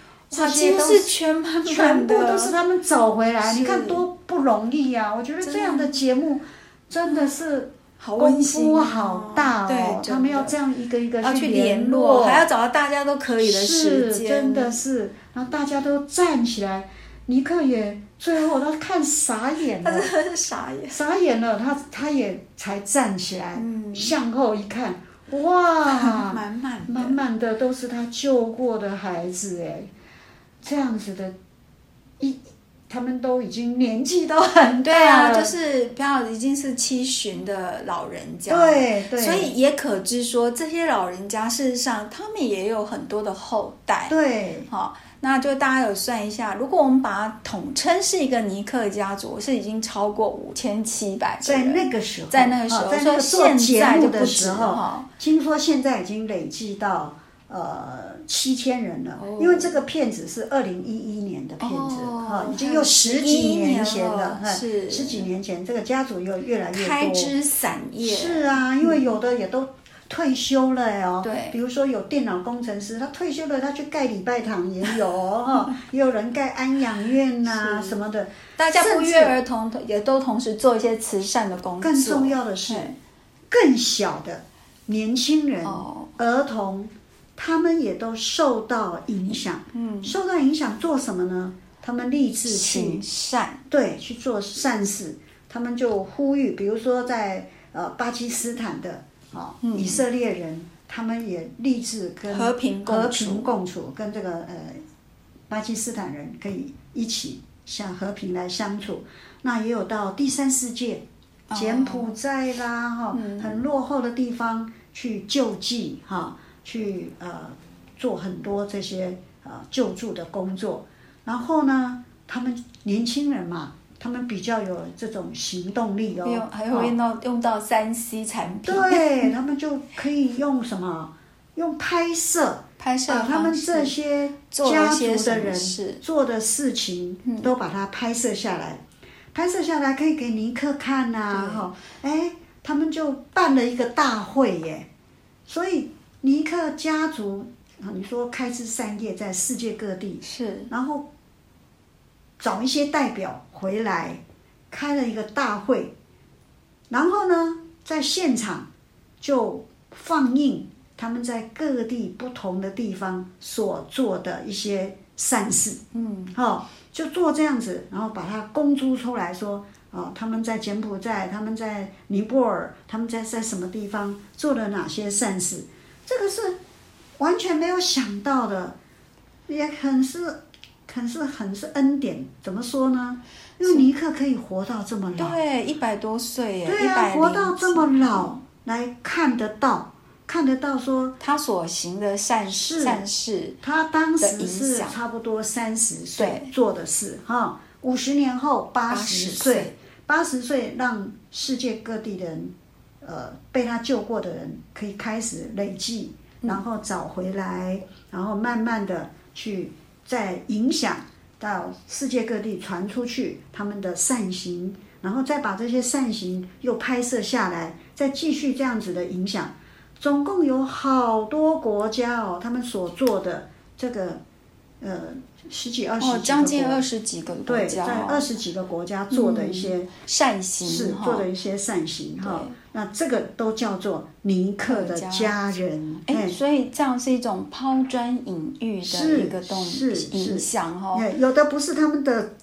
[SPEAKER 2] 这
[SPEAKER 3] 几
[SPEAKER 2] 些
[SPEAKER 3] 乎
[SPEAKER 2] 都
[SPEAKER 3] 是全班
[SPEAKER 2] 全
[SPEAKER 3] 满
[SPEAKER 2] 部
[SPEAKER 3] 的
[SPEAKER 2] 都是他们找回来，
[SPEAKER 3] 是
[SPEAKER 2] 你看多不容易啊！我觉得
[SPEAKER 3] 真的
[SPEAKER 2] 这样的节目真的是
[SPEAKER 3] 好
[SPEAKER 2] 功
[SPEAKER 3] 温馨
[SPEAKER 2] 夫
[SPEAKER 3] 哦，
[SPEAKER 2] 好大哦，
[SPEAKER 3] 对，
[SPEAKER 2] 他们要
[SPEAKER 3] 真
[SPEAKER 2] 这样一个一个
[SPEAKER 3] 的要去
[SPEAKER 2] 联
[SPEAKER 3] 联络，还要找到大家都可以的时
[SPEAKER 2] 是
[SPEAKER 3] 间，
[SPEAKER 2] 真的是，然后大家都站起来，尼克也最后他看傻眼
[SPEAKER 3] 他
[SPEAKER 2] 了，
[SPEAKER 3] 真的是傻眼。
[SPEAKER 2] 傻眼了，他他也才站起来，
[SPEAKER 3] 嗯，
[SPEAKER 2] 向后一看， 哇！
[SPEAKER 3] 满满的
[SPEAKER 2] 啊满满的都是他救过的孩子哎，这样子的，一他们都已经年纪都很
[SPEAKER 3] 对
[SPEAKER 2] 大
[SPEAKER 3] 啊，
[SPEAKER 2] 了，
[SPEAKER 3] 就是不要已经是七旬的老人家，，
[SPEAKER 2] 对对，
[SPEAKER 3] 所以也可知说这些老人家事实上他们也有很多的后代，
[SPEAKER 2] 对
[SPEAKER 3] 好，那就大家有算一下，如果我们把它统称是一个尼克家族，是已经超过五千七百个
[SPEAKER 2] 在
[SPEAKER 3] 人，
[SPEAKER 2] 那个时候，
[SPEAKER 3] 在那个时候，
[SPEAKER 2] 啊在那个
[SPEAKER 3] 所
[SPEAKER 2] 做
[SPEAKER 3] 以
[SPEAKER 2] 节
[SPEAKER 3] 现在
[SPEAKER 2] 目
[SPEAKER 3] 就
[SPEAKER 2] 的
[SPEAKER 3] 不
[SPEAKER 2] 时
[SPEAKER 3] 止
[SPEAKER 2] 候，
[SPEAKER 3] 哈，
[SPEAKER 2] 听说现在已经累计到呃七千人了，
[SPEAKER 3] 哦
[SPEAKER 2] 因为这个片子是二零一一年的片子，哈、
[SPEAKER 3] 哦
[SPEAKER 2] 已经有十几年前
[SPEAKER 3] 还有
[SPEAKER 2] 了
[SPEAKER 3] 11了，
[SPEAKER 2] 哈
[SPEAKER 3] 是
[SPEAKER 2] 十几年前，这个家族又越来越多，
[SPEAKER 3] 开枝散叶，
[SPEAKER 2] 是啊，因为有的也都退休了哦。
[SPEAKER 3] 嗯对
[SPEAKER 2] 比如说有电脑工程师，他退休了，他去盖礼拜堂也有 哦，哈也有人盖安养院呐、
[SPEAKER 3] 是
[SPEAKER 2] 什么的。
[SPEAKER 3] 大家不
[SPEAKER 2] 甚至
[SPEAKER 3] 约而同地也都同时做一些慈善的工作，
[SPEAKER 2] 更重要的是，
[SPEAKER 3] 对
[SPEAKER 2] 更小的年轻人、
[SPEAKER 3] 哦，
[SPEAKER 2] 儿童，他们也都受到影响。
[SPEAKER 3] 嗯，
[SPEAKER 2] 受到影响做什么呢？他们立志去
[SPEAKER 3] 行善，
[SPEAKER 2] 对，去做善事，他们就呼吁，比如说在呃巴基斯坦的哦、
[SPEAKER 3] 嗯
[SPEAKER 2] 以色列人，他们也立志跟
[SPEAKER 3] 和平共
[SPEAKER 2] 和
[SPEAKER 3] 处
[SPEAKER 2] 平共处，跟这个呃巴基斯坦人可以一起向和平来相处。那也有到第三世界，
[SPEAKER 3] 哦
[SPEAKER 2] 柬埔寨啦，哈、
[SPEAKER 3] 嗯
[SPEAKER 2] 很落后的地方去救济哈、去呃做很多这些呃救助的工作。然后呢，他们年轻人嘛，他们比较有这种行动力哦，
[SPEAKER 3] 用还会
[SPEAKER 2] 哦
[SPEAKER 3] 用到用到三 C 产品，
[SPEAKER 2] 对他们就可以用什么？用拍摄，
[SPEAKER 3] 拍摄
[SPEAKER 2] 把
[SPEAKER 3] 的
[SPEAKER 2] 呃哦他们
[SPEAKER 3] 方式
[SPEAKER 2] 这些
[SPEAKER 3] 做了
[SPEAKER 2] 家
[SPEAKER 3] 一些
[SPEAKER 2] 族
[SPEAKER 3] 什
[SPEAKER 2] 的
[SPEAKER 3] 么
[SPEAKER 2] 人
[SPEAKER 3] 事嗯
[SPEAKER 2] 做的事情都把它拍摄下来，拍摄下来可以给尼克看呐、
[SPEAKER 3] 对
[SPEAKER 2] 哈，哎，他们就办了一个大会耶，所以尼克家族啊，你说开枝散叶在世界各地，
[SPEAKER 3] 是
[SPEAKER 2] 然后找一些代表回来，开了一个大会，然后呢，在现场就放映他们在各地不同的地方所做的一些善事，
[SPEAKER 3] 嗯
[SPEAKER 2] 哦，就做这样子，然后把它公诸出来说，哦，他们在柬埔寨，他们在尼泊尔，他们在在什么地方做了哪些善事，这个是完全没有想到的，也很是，很是很是恩典。怎么说呢？因为尼克可以活到这么老，
[SPEAKER 3] 对，一百多岁耶，
[SPEAKER 2] 对
[SPEAKER 3] 一
[SPEAKER 2] 啊，
[SPEAKER 3] 百
[SPEAKER 2] 活到这么老来看得到，看得到说
[SPEAKER 3] 他所行的善事
[SPEAKER 2] 是
[SPEAKER 3] 善事，
[SPEAKER 2] 他当时
[SPEAKER 3] 的影
[SPEAKER 2] 是
[SPEAKER 3] 响
[SPEAKER 2] 差不多三十岁
[SPEAKER 3] 对
[SPEAKER 2] 做的事哈，五十年后八十
[SPEAKER 3] 80
[SPEAKER 2] 岁，八十岁让世界各地的人，呃，被他救过的人可以开始累计，然后找回来，然后慢慢的去再影响到世界各地传出去他们的善行，然后再把这些善行又拍摄下来，再继续这样子的影响。总共有好多国家哦，他们所做的这个呃十几二十几个
[SPEAKER 3] 哦，
[SPEAKER 2] 国
[SPEAKER 3] 将近二十几个国
[SPEAKER 2] 对，
[SPEAKER 3] 家
[SPEAKER 2] 在二
[SPEAKER 3] 哦，
[SPEAKER 2] 十几个国家做的一些
[SPEAKER 3] 善
[SPEAKER 2] 事，
[SPEAKER 3] 行哦
[SPEAKER 2] 做
[SPEAKER 3] 哈
[SPEAKER 2] 的。一些善行哈
[SPEAKER 3] 嗯对。
[SPEAKER 2] 那这个都叫做尼克的家人，
[SPEAKER 3] 哎，所以这样是一种抛砖引玉的
[SPEAKER 2] 是
[SPEAKER 3] 一个动
[SPEAKER 2] 是是
[SPEAKER 3] 影响哦，
[SPEAKER 2] 哎有的不是他们的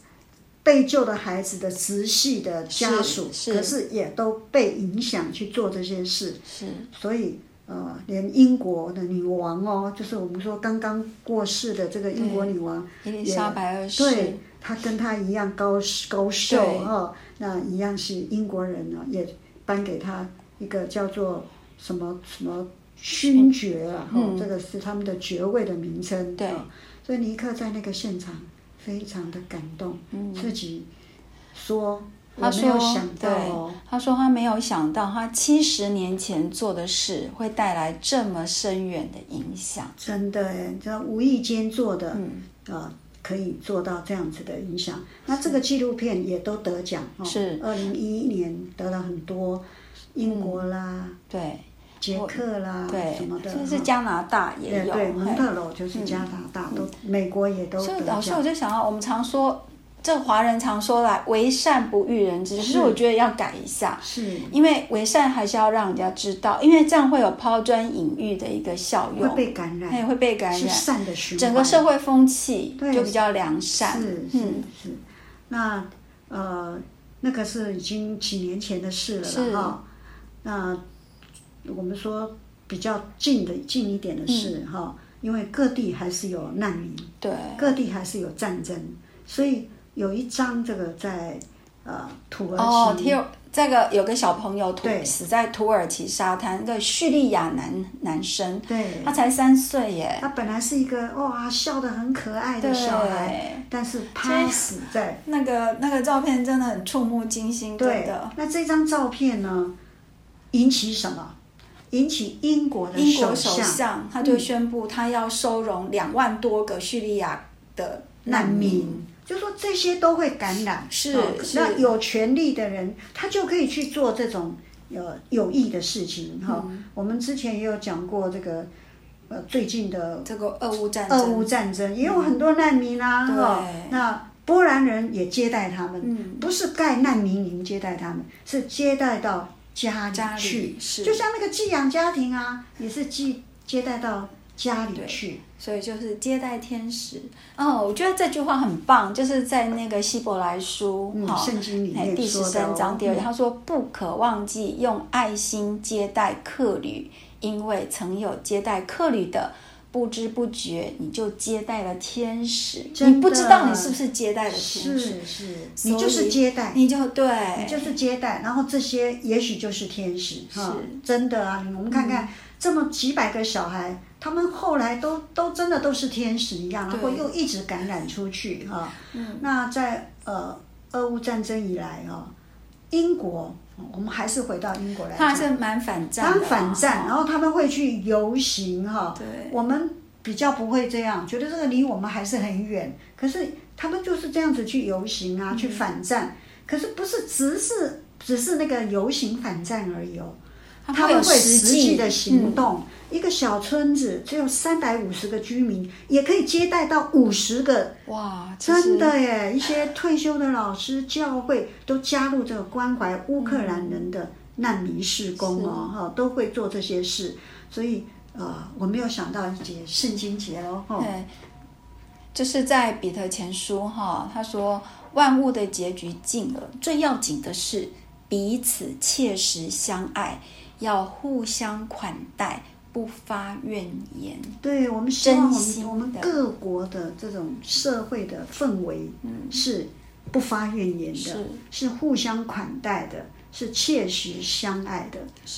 [SPEAKER 2] 被救的孩子的直系的家属，
[SPEAKER 3] 是是
[SPEAKER 2] 可是也都被影响去做这些事，
[SPEAKER 3] 是
[SPEAKER 2] 所以。呃，连英国的女王哦，就是我们说刚刚过世的这个英国女王，
[SPEAKER 3] 伊丽莎白二
[SPEAKER 2] 对
[SPEAKER 3] 世，
[SPEAKER 2] 他跟他一样高高寿
[SPEAKER 3] 对
[SPEAKER 2] 哦，那一样是英国人呢、也颁给他一个叫做什么什么勋爵啊，
[SPEAKER 3] 嗯
[SPEAKER 2] 哦，这个是他们的爵位的名称。
[SPEAKER 3] 对
[SPEAKER 2] 哦所以尼克在那个现场非常的感动，自己说
[SPEAKER 3] 嗯他
[SPEAKER 2] 没
[SPEAKER 3] 说
[SPEAKER 2] 有想到哦
[SPEAKER 3] 对，他说他没有想到他七十年前做的事会带来这么深远的影响。嗯
[SPEAKER 2] 真的耶，这无意间做的，啊，可以做到这样子的影响。那这个纪录片也都得奖哦，
[SPEAKER 3] 是
[SPEAKER 2] 二零一一年得了很多英国啦、
[SPEAKER 3] 对
[SPEAKER 2] 捷克啦
[SPEAKER 3] 对
[SPEAKER 2] 啊什么，的，
[SPEAKER 3] 就是
[SPEAKER 2] 哈
[SPEAKER 3] 加拿大也有。
[SPEAKER 2] 对，蒙
[SPEAKER 3] 嘿
[SPEAKER 2] 特楼就是加拿大，都美国也都
[SPEAKER 3] 所以
[SPEAKER 2] 得
[SPEAKER 3] 老师，我
[SPEAKER 2] 奖。
[SPEAKER 3] 就想到，我们常说，这华人常说来“为善不欲人知”，可是我觉得要改一下，
[SPEAKER 2] 是
[SPEAKER 3] 因为为善还是要让人家知道，因为这样会有抛砖引玉的一个效
[SPEAKER 2] 会
[SPEAKER 3] 用，
[SPEAKER 2] 被感
[SPEAKER 3] 哎，
[SPEAKER 2] 染，
[SPEAKER 3] 会被感
[SPEAKER 2] 是
[SPEAKER 3] 染，
[SPEAKER 2] 善的循环。
[SPEAKER 3] 整个社会风气
[SPEAKER 2] 对
[SPEAKER 3] 就比较良善。
[SPEAKER 2] 是是
[SPEAKER 3] 嗯，
[SPEAKER 2] 是，那呃，那个是已经几年前的事了
[SPEAKER 3] 是
[SPEAKER 2] 啦哈。那我们说比较近的近一点的事哈、因为各地还是有难民，
[SPEAKER 3] 嗯对，
[SPEAKER 2] 各地还是有战争，所以有一章这个在呃土
[SPEAKER 3] 哦
[SPEAKER 2] 耳，其、
[SPEAKER 3] 听这个有个小朋友土
[SPEAKER 2] 对
[SPEAKER 3] 死在土耳其沙滩，那个叙利亚男男生，
[SPEAKER 2] 对
[SPEAKER 3] 他，才三岁耶，
[SPEAKER 2] 他本来是一个哇笑得很可爱的
[SPEAKER 3] 对，
[SPEAKER 2] 小孩，但是
[SPEAKER 3] 所
[SPEAKER 2] 他
[SPEAKER 3] 以
[SPEAKER 2] 死在
[SPEAKER 3] 那个那个照片真的很触目惊心，真
[SPEAKER 2] 对
[SPEAKER 3] 的。，
[SPEAKER 2] 那这张照片呢，引起什么？引起英国的
[SPEAKER 3] 英国
[SPEAKER 2] 首嗯
[SPEAKER 3] 首相他就宣布，他要收容两万多个叙利亚的
[SPEAKER 2] 难
[SPEAKER 3] 难
[SPEAKER 2] 民，就说这些都会感染。
[SPEAKER 3] 嗯是
[SPEAKER 2] 哦
[SPEAKER 3] 是
[SPEAKER 2] 那有权利的人，他就可以去做这种呃有益的事情
[SPEAKER 3] 嗯
[SPEAKER 2] 哈、我们之前也有讲过这个，呃，最近的
[SPEAKER 3] 这个俄乌战争，嗯
[SPEAKER 2] 俄乌战争也有很多难民啦、
[SPEAKER 3] 对
[SPEAKER 2] 哈、那波兰人也接待他们，
[SPEAKER 3] 嗯
[SPEAKER 2] 不是盖难民营接待他们，是接待到家
[SPEAKER 3] 家里
[SPEAKER 2] 去，
[SPEAKER 3] 是
[SPEAKER 2] 就像那个寄养家庭啊，也是寄接待到家里去，
[SPEAKER 3] 所以就是接待天使。哦，我觉得这句话很棒，就是在那个希伯来书
[SPEAKER 2] 嗯，
[SPEAKER 3] 哈、
[SPEAKER 2] 圣经里
[SPEAKER 3] 哎
[SPEAKER 2] 面
[SPEAKER 3] 第
[SPEAKER 2] 说
[SPEAKER 3] 十
[SPEAKER 2] 的、哦、
[SPEAKER 3] 三章第二节，
[SPEAKER 2] 嗯
[SPEAKER 3] 他说：“不可忘记用爱心接待客旅，因为曾有接待客旅的。”不知不觉，你就接待了天使，
[SPEAKER 2] 真
[SPEAKER 3] 你
[SPEAKER 2] 的
[SPEAKER 3] 不知道你是不是接待了天使，
[SPEAKER 2] 是是，
[SPEAKER 3] 所以
[SPEAKER 2] 你就是接待。
[SPEAKER 3] 你就对，
[SPEAKER 2] 你就是接待，然后这些也许就是天使哈
[SPEAKER 3] 是，嗯
[SPEAKER 2] 真的啊！我们看看、这么几百个小孩，他们后来都都真的都是天使一样，然后
[SPEAKER 3] 对嗯
[SPEAKER 2] 又一直感染出去哈。那在呃俄乌战争以来哦，英国，我们还是回到英国来
[SPEAKER 3] 他还
[SPEAKER 2] 讲，
[SPEAKER 3] 是蛮反战
[SPEAKER 2] 他
[SPEAKER 3] 的
[SPEAKER 2] 们
[SPEAKER 3] 啦，
[SPEAKER 2] 反战，哦然
[SPEAKER 3] 哦
[SPEAKER 2] 后他们会去游行哈。
[SPEAKER 3] 对，
[SPEAKER 2] 我们比较不会这样，觉得这个离我们还是很远。可是他们就是这样子去游行啊，去反战。可是不是只是只是那个游行反战而已哦，他们
[SPEAKER 3] 会有
[SPEAKER 2] 会
[SPEAKER 3] 实
[SPEAKER 2] 实际的行
[SPEAKER 3] 嗯
[SPEAKER 2] 动。一个小村子只有三百五十个居民，也可以接待到五十个。
[SPEAKER 3] 嗯哇，其实
[SPEAKER 2] 真的耶！一些退休的老师、教会都加入这个关怀乌克兰人的难民事工哦，哈、都会做这些事。所以呃，我没有想到一节圣经节哦，哈、
[SPEAKER 3] 对，就是在彼得前书哈，他说万物的结局近了，最要紧的是彼此切实相爱，要互相款待，不发怨言。
[SPEAKER 2] 对我们希望我
[SPEAKER 3] 真心
[SPEAKER 2] 们我
[SPEAKER 3] 的
[SPEAKER 2] 们各国的这种社会的氛围
[SPEAKER 3] 嗯
[SPEAKER 2] 是不发怨言的，
[SPEAKER 3] 是
[SPEAKER 2] 是互相款待的，是切实相爱的。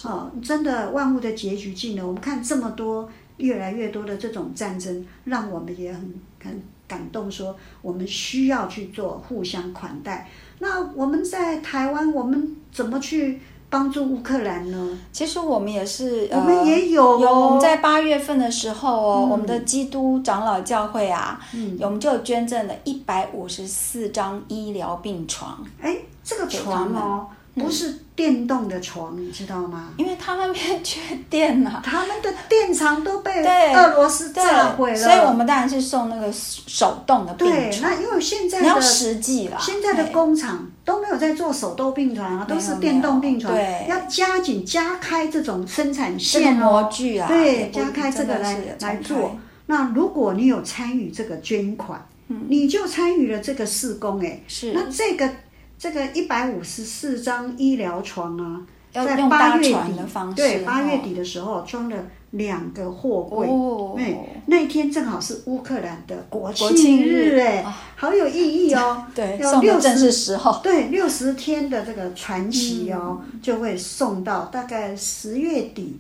[SPEAKER 2] 哦，真的万物的结局近了。我们看这么多，越来越多的这种战争，让我们也很很感动说我们需要去做互相款待。那我们在台湾，我们怎么去帮助乌克兰呢？
[SPEAKER 3] 其实我们也是，
[SPEAKER 2] 我们
[SPEAKER 3] 呃
[SPEAKER 2] 也有哦嗯
[SPEAKER 3] 有我们在八月份的时候哦，我们的基督长老教会啊，我们就捐赠了一百五十四张医疗病床，
[SPEAKER 2] 哎，这个床哦，
[SPEAKER 3] 嗯
[SPEAKER 2] 不是电动的床，你知道吗？
[SPEAKER 3] 因为他们边缺电啊，
[SPEAKER 2] 他们的电厂都被
[SPEAKER 3] 对
[SPEAKER 2] 俄罗斯哦炸
[SPEAKER 3] 对，
[SPEAKER 2] 毁了，
[SPEAKER 3] 所以我们当然是送那个手动的病
[SPEAKER 2] 对，
[SPEAKER 3] 床，
[SPEAKER 2] 那因为现在
[SPEAKER 3] 你要
[SPEAKER 2] 的
[SPEAKER 3] 实际啦。
[SPEAKER 2] 现在的工厂都没有在做手动病床啊，
[SPEAKER 3] 没有
[SPEAKER 2] 都是电动病床
[SPEAKER 3] 没有，对
[SPEAKER 2] 要加紧加开这种生产
[SPEAKER 3] 这个
[SPEAKER 2] 线
[SPEAKER 3] 模
[SPEAKER 2] 哦。
[SPEAKER 3] 具啊，也
[SPEAKER 2] 对，
[SPEAKER 3] 不
[SPEAKER 2] 加开这个来
[SPEAKER 3] 真的是
[SPEAKER 2] 来
[SPEAKER 3] 重
[SPEAKER 2] 做
[SPEAKER 3] 开。
[SPEAKER 2] 那如果你有参与这个捐款，你就参与了这个施工，哎，
[SPEAKER 3] 嗯是
[SPEAKER 2] 那这个这个一百五十四张医疗床啊，
[SPEAKER 3] 要
[SPEAKER 2] 在
[SPEAKER 3] 用
[SPEAKER 2] 八
[SPEAKER 3] 搭
[SPEAKER 2] 月底
[SPEAKER 3] 船的方式，
[SPEAKER 2] 对，八月
[SPEAKER 3] 哦
[SPEAKER 2] 底的时候装了两个货柜，
[SPEAKER 3] 哦，
[SPEAKER 2] 对，那一天正好是乌克兰的国
[SPEAKER 3] 国庆
[SPEAKER 2] 庆
[SPEAKER 3] 日
[SPEAKER 2] 日，哎
[SPEAKER 3] 啊，
[SPEAKER 2] 好有意义哦。
[SPEAKER 3] 对，
[SPEAKER 2] 要
[SPEAKER 3] 送的
[SPEAKER 2] 60
[SPEAKER 3] 正是时候，嗯
[SPEAKER 2] 对，六十天的这个传奇哦，就会送到大概十月底、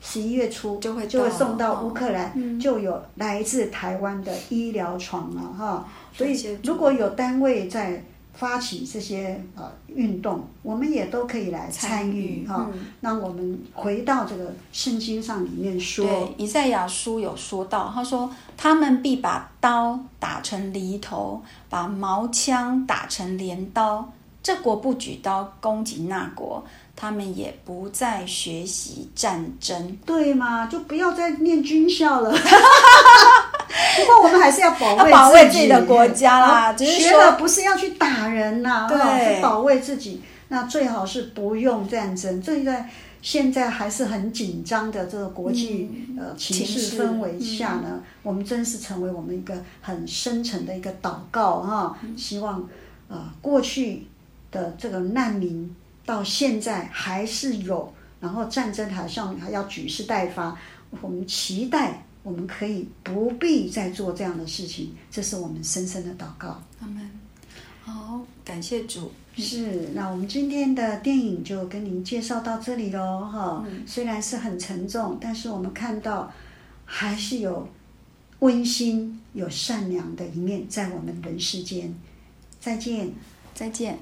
[SPEAKER 2] 十一月初
[SPEAKER 3] 就会
[SPEAKER 2] 就会
[SPEAKER 3] 到
[SPEAKER 2] 送
[SPEAKER 3] 哦
[SPEAKER 2] 到乌克兰，就有来自台湾的医疗床了哈。所
[SPEAKER 3] 感
[SPEAKER 2] 以
[SPEAKER 3] 谢主
[SPEAKER 2] 如果有单位在发起这些呃运动，我们也都可以来参与哈、
[SPEAKER 3] 嗯
[SPEAKER 2] 那我们回到这个圣经上里面说，
[SPEAKER 3] 对，以赛亚书有说到，他说他们必把刀打成犁头，把矛枪打成镰刀。这国不举刀攻击那国，他们也不再学习战争。
[SPEAKER 2] 对嘛，就不要再念军校 了。不过我们还是要保卫
[SPEAKER 3] 要保卫
[SPEAKER 2] 自
[SPEAKER 3] 自己的国家啦
[SPEAKER 2] 啊
[SPEAKER 3] 只是
[SPEAKER 2] 学
[SPEAKER 3] 说
[SPEAKER 2] 了不是要去打人呐、
[SPEAKER 3] 对
[SPEAKER 2] 哈是保卫自己。那最好是不用战争，这在现在还是很紧张的这个国际、
[SPEAKER 3] 嗯
[SPEAKER 2] 呃情
[SPEAKER 3] 情
[SPEAKER 2] 势
[SPEAKER 3] 势
[SPEAKER 2] 氛围下呢，我们真是成为我们一个很深沉的一个祷告哈、希望呃过去的这个难民到现在还是有，然后战争好像还要蓄势待发，我们期待我们可以不必再做这样的事情，这是我们深深的祷告。
[SPEAKER 3] 他们，好，感谢主。
[SPEAKER 2] 是，那我们今天的电影就跟您介绍到这里喽，哈、虽然是很沉重，但是我们看到还是有温馨、有善良的一面在我们人世间。再见。
[SPEAKER 3] 再见。